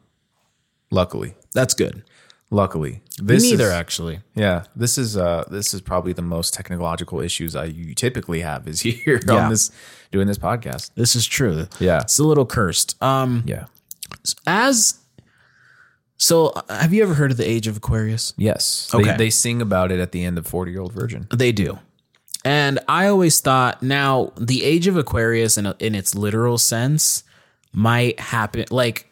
B: Luckily.
C: That's good.
B: Luckily.
C: Me
B: This
C: Neither,
B: is-
C: actually.
B: Yeah. This is uh. This is probably the most technological issues I you typically have is here
C: Yeah.
B: on this doing this podcast.
C: This is true.
B: Yeah.
C: It's a little cursed. Um,
B: Yeah.
C: as so, uh, have you ever heard of the Age of Aquarius?
B: Yes. They,
C: Okay.
B: they sing about it at the end of Forty Year Old Virgin.
C: They do. And I always thought now the age of Aquarius in, in its literal sense might happen like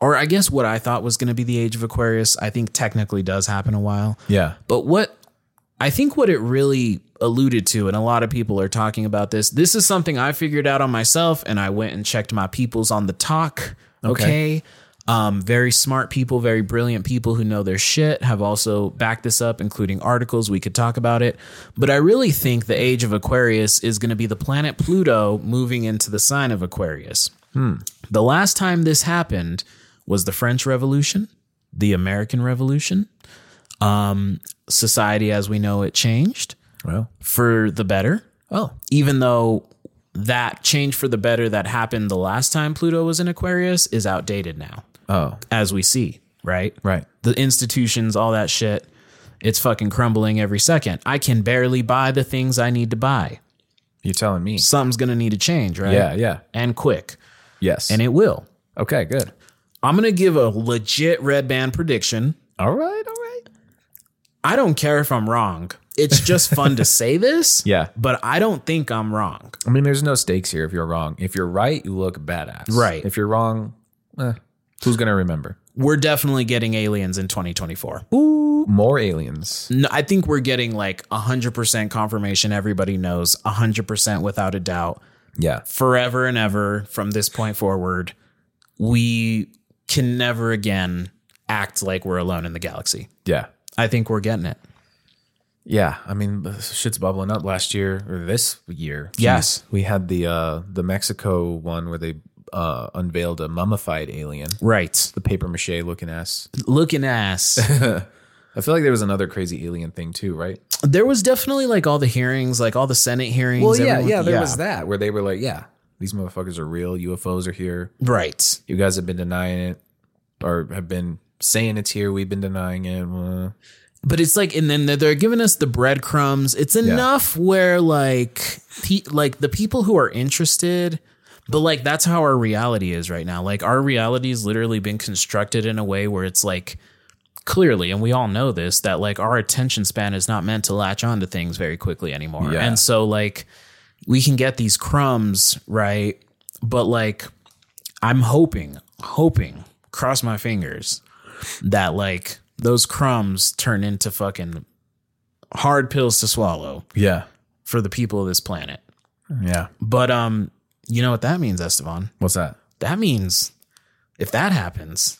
C: or I guess what I thought was going to be the age of Aquarius I think technically does happen a while.
B: Yeah.
C: But what I think what it really alluded to, and a lot of people are talking about this, this is something I figured out on myself and I went and checked my peoples on the talk. Okay. Um, very smart people, very brilliant people who know their shit have also backed this up, including articles. We could talk about it. But I really think the age of Aquarius is going to be the planet Pluto moving into the sign of Aquarius. The last time this happened was the French Revolution, the American Revolution. Um, society as we know it changed
B: Well,
C: for the better.
B: oh,
C: Even though that change for the better that happened the last time Pluto was in Aquarius is outdated now,
B: oh,
C: as we see, right?
B: right.
C: The institutions, all that shit, it's fucking crumbling every second. I can barely buy the things I need to buy.
B: You're telling me.
C: Something's gonna need to change, right?
B: Yeah, yeah,
C: And quick.
B: yes.
C: And it will.
B: okay, good.
C: I'm gonna give a legit red band prediction.
B: All right, all right.
C: I don't care if I'm wrong. It's just fun to say this.
B: Yeah.
C: But I don't think I'm wrong.
B: I mean, there's no stakes here. If you're wrong, if you're right, you look badass.
C: Right.
B: If you're wrong, eh, who's gonna remember?
C: We're definitely getting aliens in 2024.
B: Ooh, more aliens.
C: No, I think we're getting like 100% confirmation. Everybody knows 100% without a doubt.
B: Yeah.
C: Forever and ever from this point forward, we can never again act like we're alone in the galaxy.
B: Yeah.
C: I think we're getting it.
B: Yeah, I mean, this shit's bubbling up last year or this year.
C: Yes.
B: Jeez. we had the uh the Mexico one where they uh unveiled a mummified alien,
C: Right.
B: the paper mache looking ass.
C: Looking ass.
B: I feel like there was another crazy alien thing too, right?
C: there was definitely like all the hearings, like all the Senate hearings. everyone-
B: that where they were like, yeah, these motherfuckers are real. UFOs are here.
C: Right.
B: You guys have been denying it, or have been saying it's here. We've been denying it. Uh,
C: But it's like, and then they're- they're giving us the breadcrumbs. It's enough where like, pe- like the people who are interested, but like that's how our reality is right now. Like our reality has literally been constructed in a way where it's like clearly, and we all know this, that like our attention span is not meant to latch onto things very quickly anymore.
B: Yeah.
C: And so like we can get these crumbs, right? But like I'm hoping, hoping, cross my fingers that like those crumbs turn into fucking hard pills to swallow
B: yeah,
C: for the people of this planet.
B: yeah.
C: But um, you know what that means, Esteban?
B: What's that?
C: That means if that happens,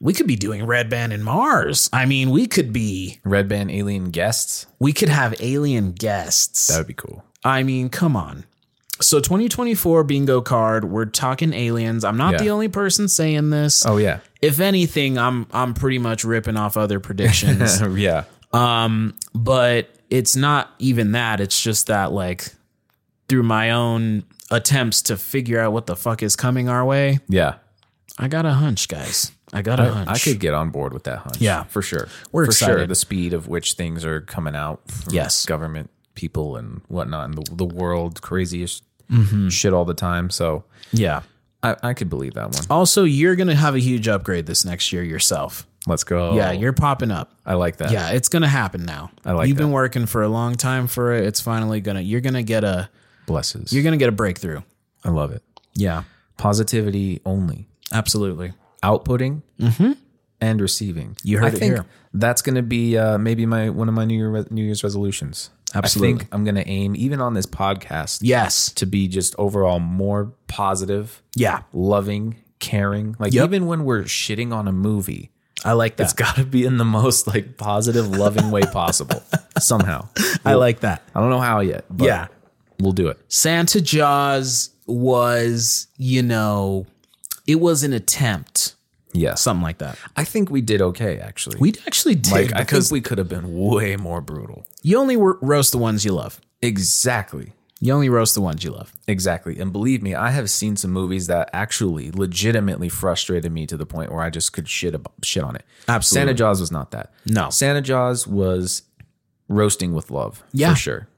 C: we could be doing red band in Mars. I mean, we could be
B: Red band alien guests.
C: we could have alien guests.
B: That would be cool.
C: I mean, come on. So 2024 bingo card, we're talking aliens. I'm not
B: Yeah.
C: the only person saying this.
B: Oh yeah,
C: If anything, I'm I'm pretty much ripping off other predictions.
B: yeah.
C: but it's not even that. It's just that like through my own attempts to figure out what the fuck is coming our way,
B: Yeah.
C: I got a hunch, guys. I got a
B: I,
C: hunch.
B: I could get on board with that hunch.
C: Yeah.
B: for sure.
C: We're
B: for sure.
C: excited.
B: The speed of which things are coming out. From
C: Yes.
B: government people and whatnot, and the the world craziest
C: Mm-hmm.
B: shit all the time. So
C: yeah.
B: I, I could believe that one.
C: Also, you're gonna have a huge upgrade this next year yourself.
B: Let's go.
C: Yeah, you're popping up.
B: I like that.
C: Yeah, it's gonna happen now.
B: I like
C: You've been
B: that.
C: working for a long time for it. It's finally gonna. You're gonna get a.
B: Blesses.
C: You're gonna get a breakthrough.
B: I love it.
C: Yeah,
B: Positivity only.
C: absolutely.
B: Outputting and receiving.
C: Mm-hmm. You heard it here.
B: That's going to be uh, maybe my one of my New, Year, re- New Year's resolutions. I
C: Absolutely.
B: think I'm going to aim, even on this podcast,
C: Yes.
B: to be just overall more positive,
C: Yeah,
B: loving, caring. Like
C: Yep.
B: even when we're shitting on a movie,
C: I like that.
B: it's got to be in the most like positive, loving way possible. Somehow.
C: I like that.
B: I don't know how yet. But
C: Yeah.
B: We'll do it.
C: Santa Jaws was, you know, it was an attempt,
B: Yeah.
C: something like that.
B: I think we did okay, actually.
C: We actually did
B: like I
C: because
B: think we could have been way more brutal.
C: you only ro- roast the ones you love.
B: Exactly.
C: You only roast the ones you love.
B: Exactly. And believe me, I have seen some movies that actually legitimately frustrated me to the point where I just could shit about, shit on it.
C: Absolutely.
B: Santa Jaws was not that.
C: No.
B: Santa Jaws was roasting with love.
C: Yeah.
B: For sure.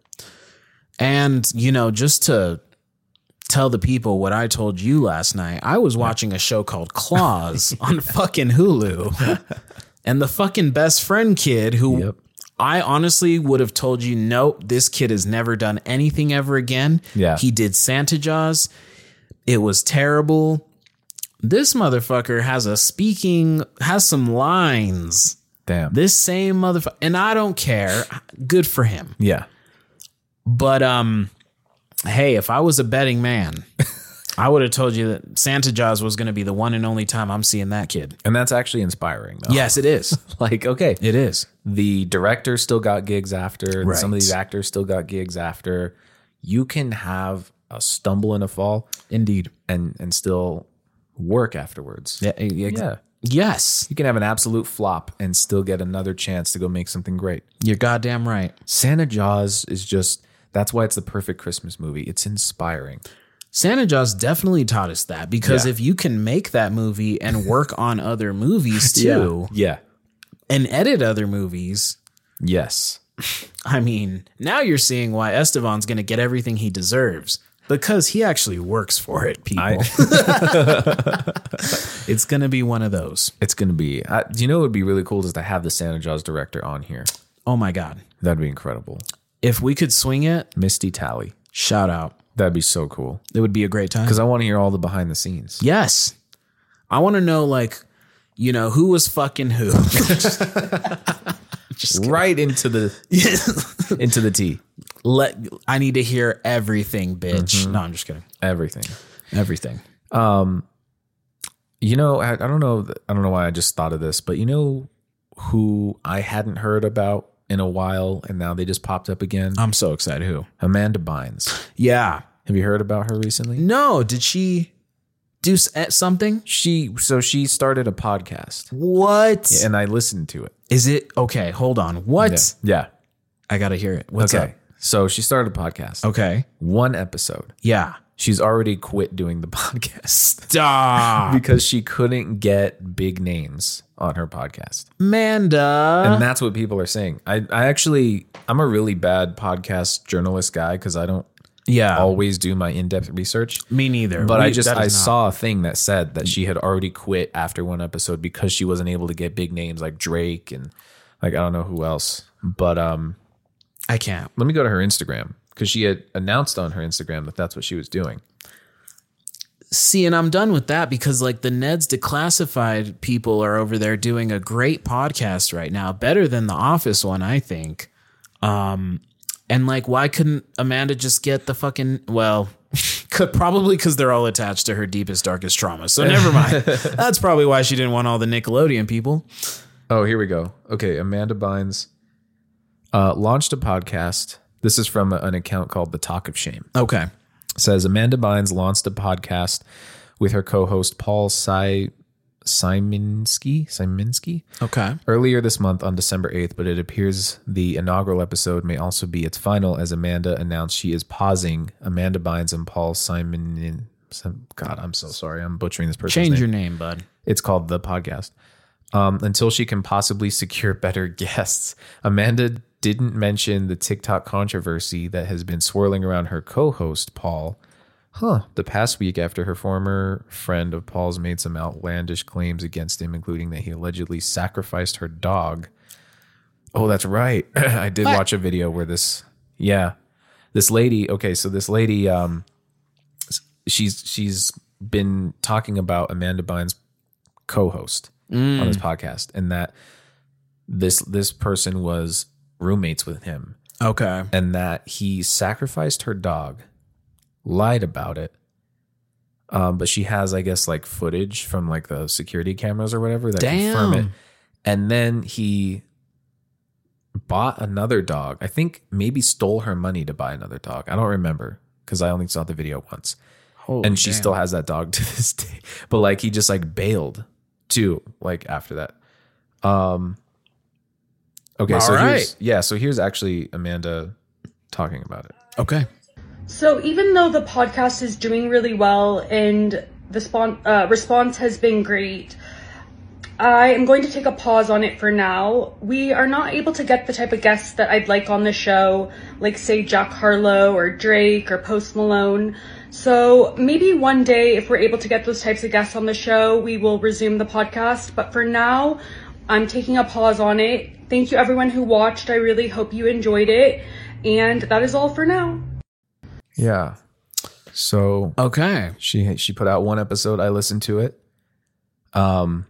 C: And, you know, just to tell the people what I told you last night, I was watching a show called Claws on fucking Hulu. And the fucking best friend kid who
B: Yep.
C: I honestly would have told you, nope, this kid has never done anything ever again.
B: Yeah.
C: He did Santa Jaws. It was terrible. This motherfucker has a speaking, has some lines.
B: Damn.
C: This same motherfucker, and I don't care. Good for him.
B: yeah.
C: But um, hey, if I was a betting man, I would have told you that Santa Jaws was going to be the one and only time I'm seeing that kid.
B: And that's actually inspiring, though.
C: Yes, it is.
B: Like, okay,
C: It is.
B: the director still got gigs after, and some of
C: Right.
B: these actors still got gigs after. You can have a stumble and a fall
C: Indeed.
B: and and still work afterwards.
C: Yeah. yeah.
B: Yeah.
C: Yes.
B: You can have an absolute flop and still get another chance to go make something great.
C: You're goddamn right.
B: Santa Jaws is just that's why it's the perfect Christmas movie. It's inspiring.
C: Santa Jaws definitely taught us that because
B: Yeah.
C: if you can make that movie and work on other movies too
B: Yeah.
C: and edit other movies,
B: Yes.
C: I mean, now you're seeing why Estevan's going to get everything he deserves because he actually works for it, people. it's going to be one of those.
B: It's gonna be. I, you know, it would be really cool just to have the Santa Jaws director on here.
C: Oh my God.
B: That'd be incredible.
C: If we could swing it,
B: Misty Tally.
C: shout out.
B: That'd be so cool.
C: It would be a great time.
B: Because I want to hear all the behind the scenes.
C: Yes. I want to know, like, you know, who was fucking who.
B: right into the into the tea.
C: Let I need to hear everything, bitch. No, I'm just kidding.
B: Mm-hmm. Everything.
C: Everything.
B: You know, I, I don't know. I don't know why I just thought of this, but you know who I hadn't heard about in a while, and now they just popped up again.
C: I'm so excited. Who?
B: Amanda Bynes.
C: Yeah.
B: Have you heard about her recently?
C: No, did she do s- eh, something?
B: She so she started a podcast,
C: What is
B: and I listened to it.
C: it? Okay, hold on. What?
B: Yeah.
C: I gotta hear it. What's Oh.
B: okay. So she started a podcast.
C: up? Okay.
B: One episode.
C: Yeah.
B: She's already quit doing the podcast
C: Stop,
B: because she couldn't get big names on her podcast.
C: Amanda.
B: and that's what people are saying. I, I actually, I'm a really bad podcast journalist guy because I don't
C: yeah.
B: always do my in depth research.
C: Oh. me neither.
B: But
C: We-
B: I just
C: that
B: I
C: is not-
B: saw a thing that said that she had already quit after one episode because she wasn't able to get big names like Drake and like I don't know who else. But um,
C: I can't.
B: let me go to her Instagram because she had announced on her Instagram that that's what she was doing.
C: See, and I'm done with that because like the Ned's declassified people are over there doing a great podcast right now, better than the Office one, I think. Um, and like, why couldn't Amanda just get the fucking well? Could, probably because they're all attached to her deepest, darkest trauma. So never mind. That's probably why she didn't want all the Nickelodeon people.
B: Oh, here we go. Okay, Amanda Bynes uh, launched a podcast. This is from an account called The Talk of Shame.
C: Okay.
B: says Amanda Bynes launched a podcast with her co-host Paul si- Siminski. Siminski
C: Okay.
B: earlier this month on December 8th, but it appears the inaugural episode may also be its final as Amanda announced she is pausing Amanda Bynes and Paul Simon. Sim- God, I'm so sorry. I'm butchering this person's
C: Change
B: name.
C: your name, bud.
B: It's called The Podcast. Um, until she can possibly secure better guests. Amanda didn't mention the TikTok controversy that has been swirling around her co host, Paul. Huh. The past week, after her former friend of Paul's made some outlandish claims against him, including that he allegedly sacrificed her dog. Oh, that's right. I did watch a video where this, yeah, this lady. Okay, so this lady, um, s- she's she's been talking about Amanda Bynes' co-host on his podcast, and that this this person was roommates with him,
C: Mm. Okay.
B: and that he sacrificed her dog, lied about it. Um, but she has, I guess, like footage from like the security cameras or whatever that confirm it.
C: Damn.
B: And then he bought another dog. I think maybe stole her money to buy another dog. I don't remember because I only saw the video once
C: Holy
B: and she
C: damn.
B: still has that dog to this day. But like he just like bailed too, like after that. Um Okay, so
C: All
B: here's
C: right.
B: yeah, so here's actually Amanda talking about it.
C: okay.
K: So even though the podcast is doing really well and the spon- uh, response has been great, I am going to take a pause on it for now. We are not able to get the type of guests that I'd like on the show, like say Jack Harlow or Drake or Post Malone. So maybe one day, if we're able to get those types of guests on the show, we will resume the podcast. But for now, I'm taking a pause on it. Thank you everyone who watched. I really hope you enjoyed it. And that is all for now.
B: Yeah. So
C: Okay.
B: she she put out one episode, I listened to it. Um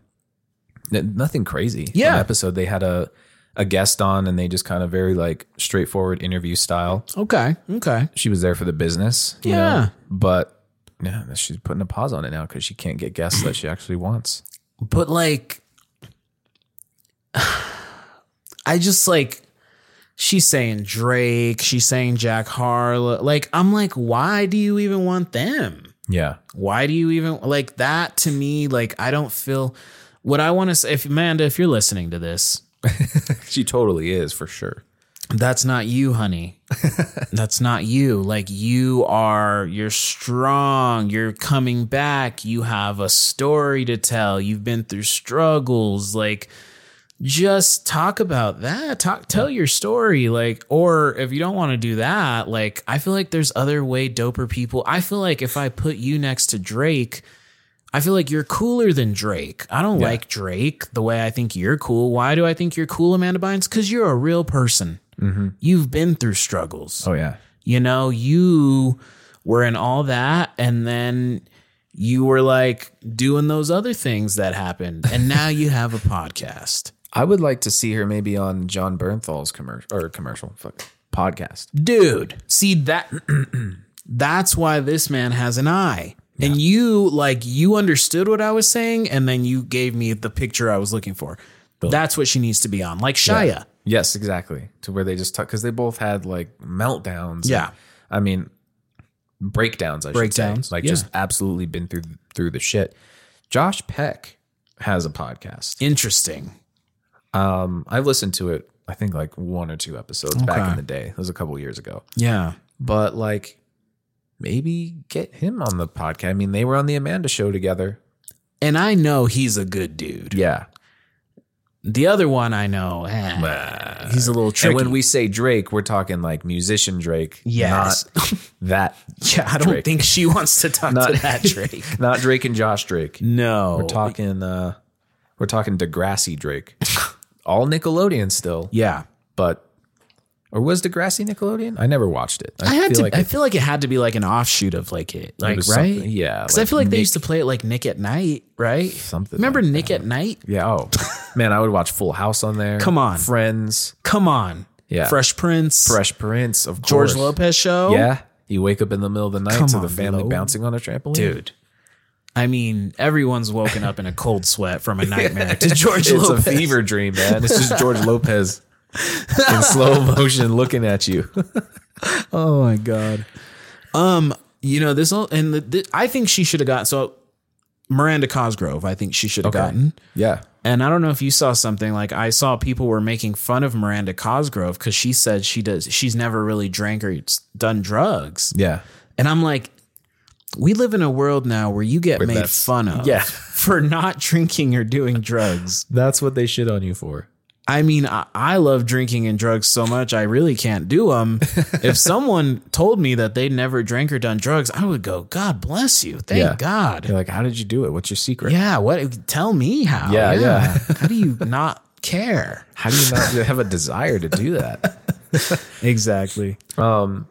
B: n- nothing crazy. on
C: Yeah.
B: episode they had a a guest on and they just kind of very like straightforward interview style.
C: Okay. Okay.
B: She was there for the business. you know?
C: Yeah.
B: But Yeah, she's putting a pause on it now because she can't get guests that she actually wants.
C: But like, I just like she's saying Drake, she's saying Jack Harlow. Like, I'm like, why do you even want them?
B: Yeah.
C: Why do you even like that to me? Like, I don't feel what I want to say. If Amanda, if you're listening to this,
B: she totally is for sure.
C: That's not you, honey. That's not you. Like you are you're strong, you're coming back, you have a story to tell. You've been through struggles like just talk about that. Talk tell your story like or if you don't want to do that, like I feel like there's other way doper people. I feel like if I put you next to Drake, I feel like you're cooler than Drake. I don't
B: Yeah.
C: like Drake the way I think you're cool. Why do I think you're cool, Amanda Bynes? Because you're a real person.
B: Mm-hmm.
C: You've been through struggles.
B: Oh yeah.
C: You know, you were in all that and then you were like doing those other things that happened. And now you have a podcast.
B: I would like to see her maybe on John Bernthal's commercial or commercial fuck, podcast.
C: Dude, see that that's why this man has an eye. And you like you understood what I was saying and then you gave me the picture I was looking for. That's what she needs to be on. Like Shia.
B: Yeah. Yes, exactly. To where they just talk because they both had like meltdowns.
C: Yeah.
B: And, I mean breakdowns. I should
C: Breakdowns,
B: say. like
C: yeah.
B: just absolutely been through through the shit. Josh Peck has a podcast.
C: Interesting.
B: Um, I've listened to it. I think like one or two episodes
C: Okay.
B: back in the day. It was a couple years ago.
C: Yeah.
B: But like, maybe get him on the podcast. I mean, they were on the Amanda Show together.
C: And I know he's a good dude.
B: Yeah.
C: The other one I know, eh, he's a little tricky.
B: And when we say Drake, we're talking like musician Drake.
C: Yes.
B: Not that.
C: yeah, I don't
B: Drake.
C: think she wants to talk
B: Not-
C: to that Drake.
B: Not Drake and Josh Drake.
C: No,
B: We're talking. uh We're talking Degrassi Drake. All Nickelodeon still,
C: Yeah,
B: but or was Degrassi Nickelodeon? I never watched it.
C: I, had to.
B: like
C: I
B: it-
C: feel like it had to be like an offshoot of like it,
B: it
C: like
B: was
C: right?
B: something- Yeah.
C: because I feel like they used to play it like Nick at Night, right?
B: Something
C: Remember
B: like
C: Nick at Night?
B: Yeah. Oh man, I would watch Full House on there.
C: Come on.
B: Friends,
C: Come on,
B: Yeah.
C: Fresh Prince,
B: Fresh Prince, of
C: George
B: course.
C: Lopez show,
B: Yeah. You wake up in the middle of the night
C: Come
B: to
C: on,
B: the family
C: Lo.
B: bouncing on a trampoline,
C: dude. I mean, everyone's woken up in a cold sweat from a nightmare to George
B: it's
C: Lopez.
B: a fever dream, man. It's just George Lopez in slow motion looking at you.
C: Oh my god. Um, you know this all, and the, the, I think she should have gotten so Miranda Cosgrove. I think she should have
B: Okay.
C: gotten.
B: Yeah.
C: And I don't know if you saw something like I saw people were making fun of Miranda Cosgrove because she said she does she's never really drank or s- done drugs.
B: Yeah.
C: And I'm like, we live in a world now where you get
B: Where
C: made
B: that's-
C: fun of
B: yeah.
C: for not drinking or doing drugs.
B: That's what they shit on you for.
C: I mean, I, I love drinking and drugs so much, I really can't do them. if someone told me that they never drank or done drugs, I would go, God bless you. Thank
B: Yeah.
C: God.
B: You're like, how did you do it? What's your secret?
C: yeah. What? Tell me how.
B: Yeah, yeah.
C: how do you not care?
B: How do you not have a desire to do that?
C: Exactly.
B: Um,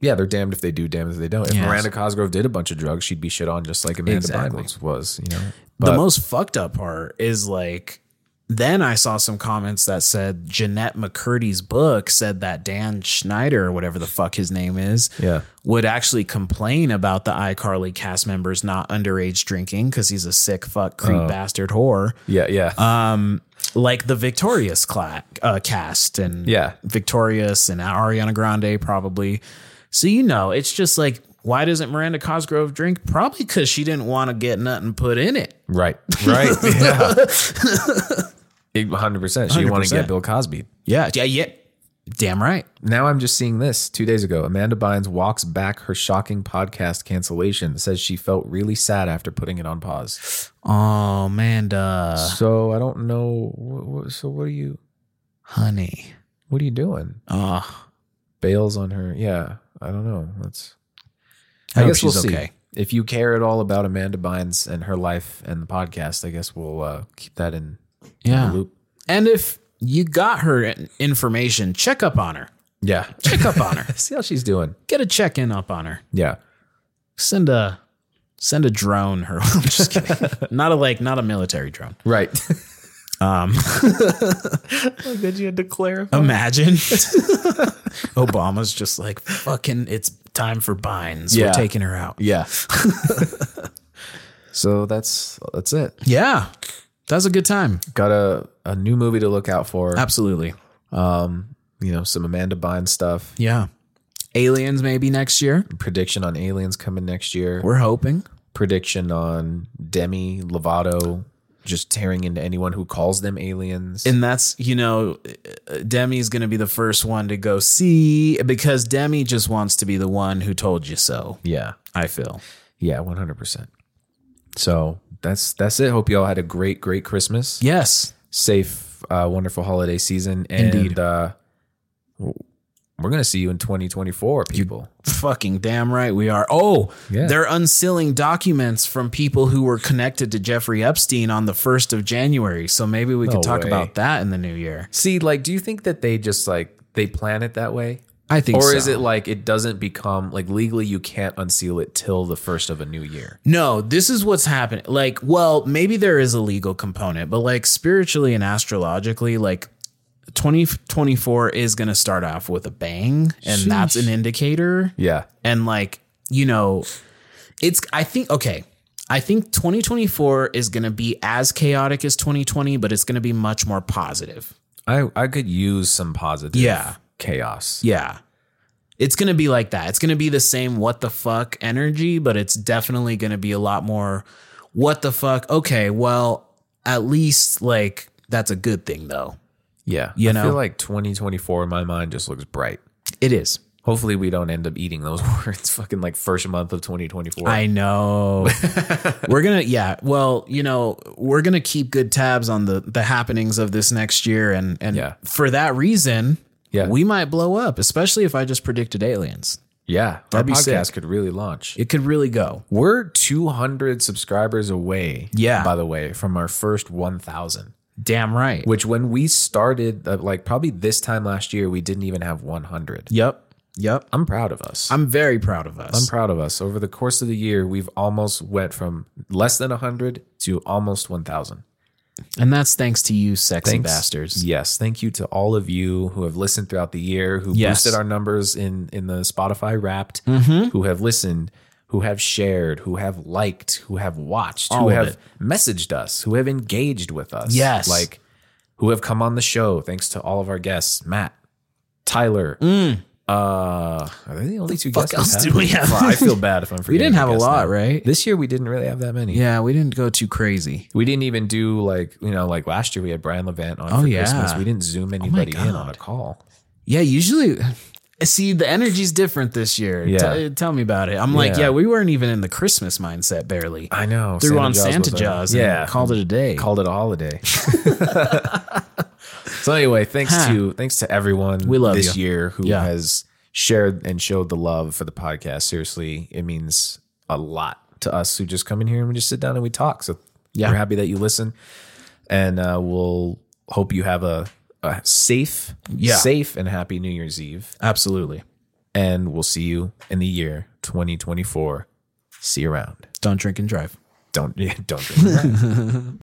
B: yeah, they're damned if they do, damned if they don't. If
C: Yes.
B: Miranda Cosgrove did a bunch of drugs, she'd be shit on just like Amanda
C: Exactly.
B: Bynes was, you know.
C: the most fucked up part is like, then I saw some comments that said Jeanette McCurdy's book said that Dan Schneider, or whatever the fuck his name is,
B: Yeah.
C: would actually complain about the iCarly cast members not underage drinking because he's a sick fuck creep
B: Oh.
C: bastard whore.
B: Yeah, yeah.
C: Um, like the Victorious cla- uh, cast and
B: Yeah.
C: Victorious and Ariana Grande probably. So you know, it's just like why doesn't Miranda Cosgrove drink? Probably because she didn't want to get nothing put in it.
B: right. Right. Yeah. 100%. She wanted to
C: 100%.
B: get Bill Cosby.
C: Yeah, yeah, yeah. Damn right.
B: Now I'm just seeing this two days ago. Amanda Bynes walks back her shocking podcast cancellation, says she felt really sad after putting it on pause. Uh,
C: Oh man, duh,
B: So I don't know. wh- wh- So what are you,
C: honey.
B: what are you doing?
C: Oh,
B: Bails on her. Yeah. I don't know. That's,
C: I,
B: I,
C: hope
B: guess
C: she's
B: we'll see.
C: okay.
B: If you care at all about Amanda Bynes and her life and the podcast, I guess we'll uh, keep that in, in
C: Yeah.
B: the loop.
C: And if you got her in- information, check up on her.
B: Yeah.
C: Check up on her.
B: See how she's doing.
C: Get a check in up on her.
B: Yeah.
C: Send a send a drone her. I'm just kidding. not a like not a military drone.
B: Right.
C: Um
B: Good you had to clarify.
C: imagine Obama's just like fucking it's time for binds.
B: Yeah.
C: We're taking her out.
B: Yeah. so that's that's it.
C: Yeah. That was a good time.
B: Got a, a new movie to look out
C: Uh,
B: for.
C: Absolutely.
B: Um, you know, some Amanda Bynes stuff.
C: Yeah. Aliens maybe next year.
B: Prediction on aliens coming next year.
C: We're hoping.
B: Prediction on Demi Lovato just tearing into anyone who calls them aliens.
C: And that's, you know, Demi's going to be the first one to go see because Demi just wants to be the one who told you so.
B: yeah.
C: I feel.
B: Yeah, 100%. So, that's that's it. Hope you all had a great great Christmas.
C: Yes.
B: Safe uh wonderful holiday season and
C: Indeed.
B: uh we're going to see you in 2024, people.
C: Fucking damn right we are. Oh,
B: Yeah.
C: they're unsealing documents from people who were connected to Jeffrey Epstein on the 1st of January. So maybe we
B: No
C: could talk
B: way.
C: about that in the new year.
B: See, like, do you think that they just like they plan it that way?
C: I think
B: or
C: so.
B: is it like it doesn't become like legally you can't unseal it till the first of a new year?
C: No, this is what's happening. Like, well, maybe there is a legal component, but like spiritually and astrologically, like 2024 is going to start off with a bang, and that's an indicator.
B: Yeah.
C: And like, you know, it's, I think, okay, I think 2024 is going to be as chaotic as 2020, but it's going to be much more positive.
B: I I could use some positive
C: Yeah.
B: chaos.
C: Yeah. It's going to be like that. It's going to be the same what the fuck energy, but it's definitely going to be a lot more what the fuck. Okay, well, at least like that's a good thing though.
B: Yeah.
C: You
B: I
C: know?
B: feel like 2024 in my mind just looks bright.
C: It is.
B: Hopefully we don't end up eating those words fucking like first month of 2024.
C: I know. we're going to yeah, well, you know, we're going to keep good tabs on the the happenings of this next year and and
B: Yeah.
C: for that reason,
B: Yeah.
C: we might blow up, especially if I just predicted aliens.
B: yeah. Our
C: That'd be
B: podcast
C: sick.
B: could really launch.
C: It could really go.
B: we're 200 subscribers away.
C: Yeah.
B: By the way, from our first 1,000.
C: Damn right.
B: Which when we started, uh, like probably this time last year, we didn't even have 100.
C: Yep. Yep.
B: I'm proud of us.
C: I'm very proud of us.
B: I'm proud of us. Over the course of the year, we've almost went from less than 100 to almost 1,000.
C: And that's thanks to you, sexy
B: Thanks.
C: bastards.
B: Yes, thank you to all of you who have listened throughout the year, who
C: Yes. Mm-hmm.
B: boosted our numbers in in the Spotify Wrapped, who have listened, who have shared, who have liked, who have watched,
C: All
B: who
C: of
B: have
C: it.
B: messaged us, who have engaged with us.
C: Yes.
B: like who have come on the show. Thanks to all of our guests, Matt, Tyler. Uh, are they the only two
C: Mm. fuck
B: guests?
C: else
B: we've
C: do we
B: had?
C: have?
B: Well, I feel bad if I'm forgetting.
C: We didn't
B: a
C: have a
B: guest
C: lot,
B: now.
C: right?
B: This year we didn't really have that many.
C: Yeah, we didn't go too crazy.
B: We didn't even do like you know like last year we had Brian Levant on
C: Oh,
B: for
C: yeah. Oh
B: Christmas. We didn't zoom anybody in on a
C: God.
B: call.
C: Yeah, usually. See, the energy's different this year.
B: Yeah.
C: T- tell me about it. I'm like,
B: Yeah.
C: yeah, we weren't even in the Christmas mindset barely.
B: I know.
C: Threw on Santa
B: was a-
C: Jaws.
B: yeah.
C: and called it a day.
B: Called it a holiday. so anyway, thanks
C: Huh.
B: to thanks to everyone
C: We love
B: this
C: you.
B: year who
C: Yeah.
B: has shared and showed the love for the podcast. Seriously, it means a lot to us who just come in here and we just sit down and we talk. So
C: Yeah.
B: we're happy that you listen, and uh, we'll hope you have a, a safe,
C: Yeah.
B: safe and happy New Year's Eve.
C: Absolutely.
B: and we'll see you in the year 2024. See you around.
C: Don't drink and drive.
B: Don't don't drink.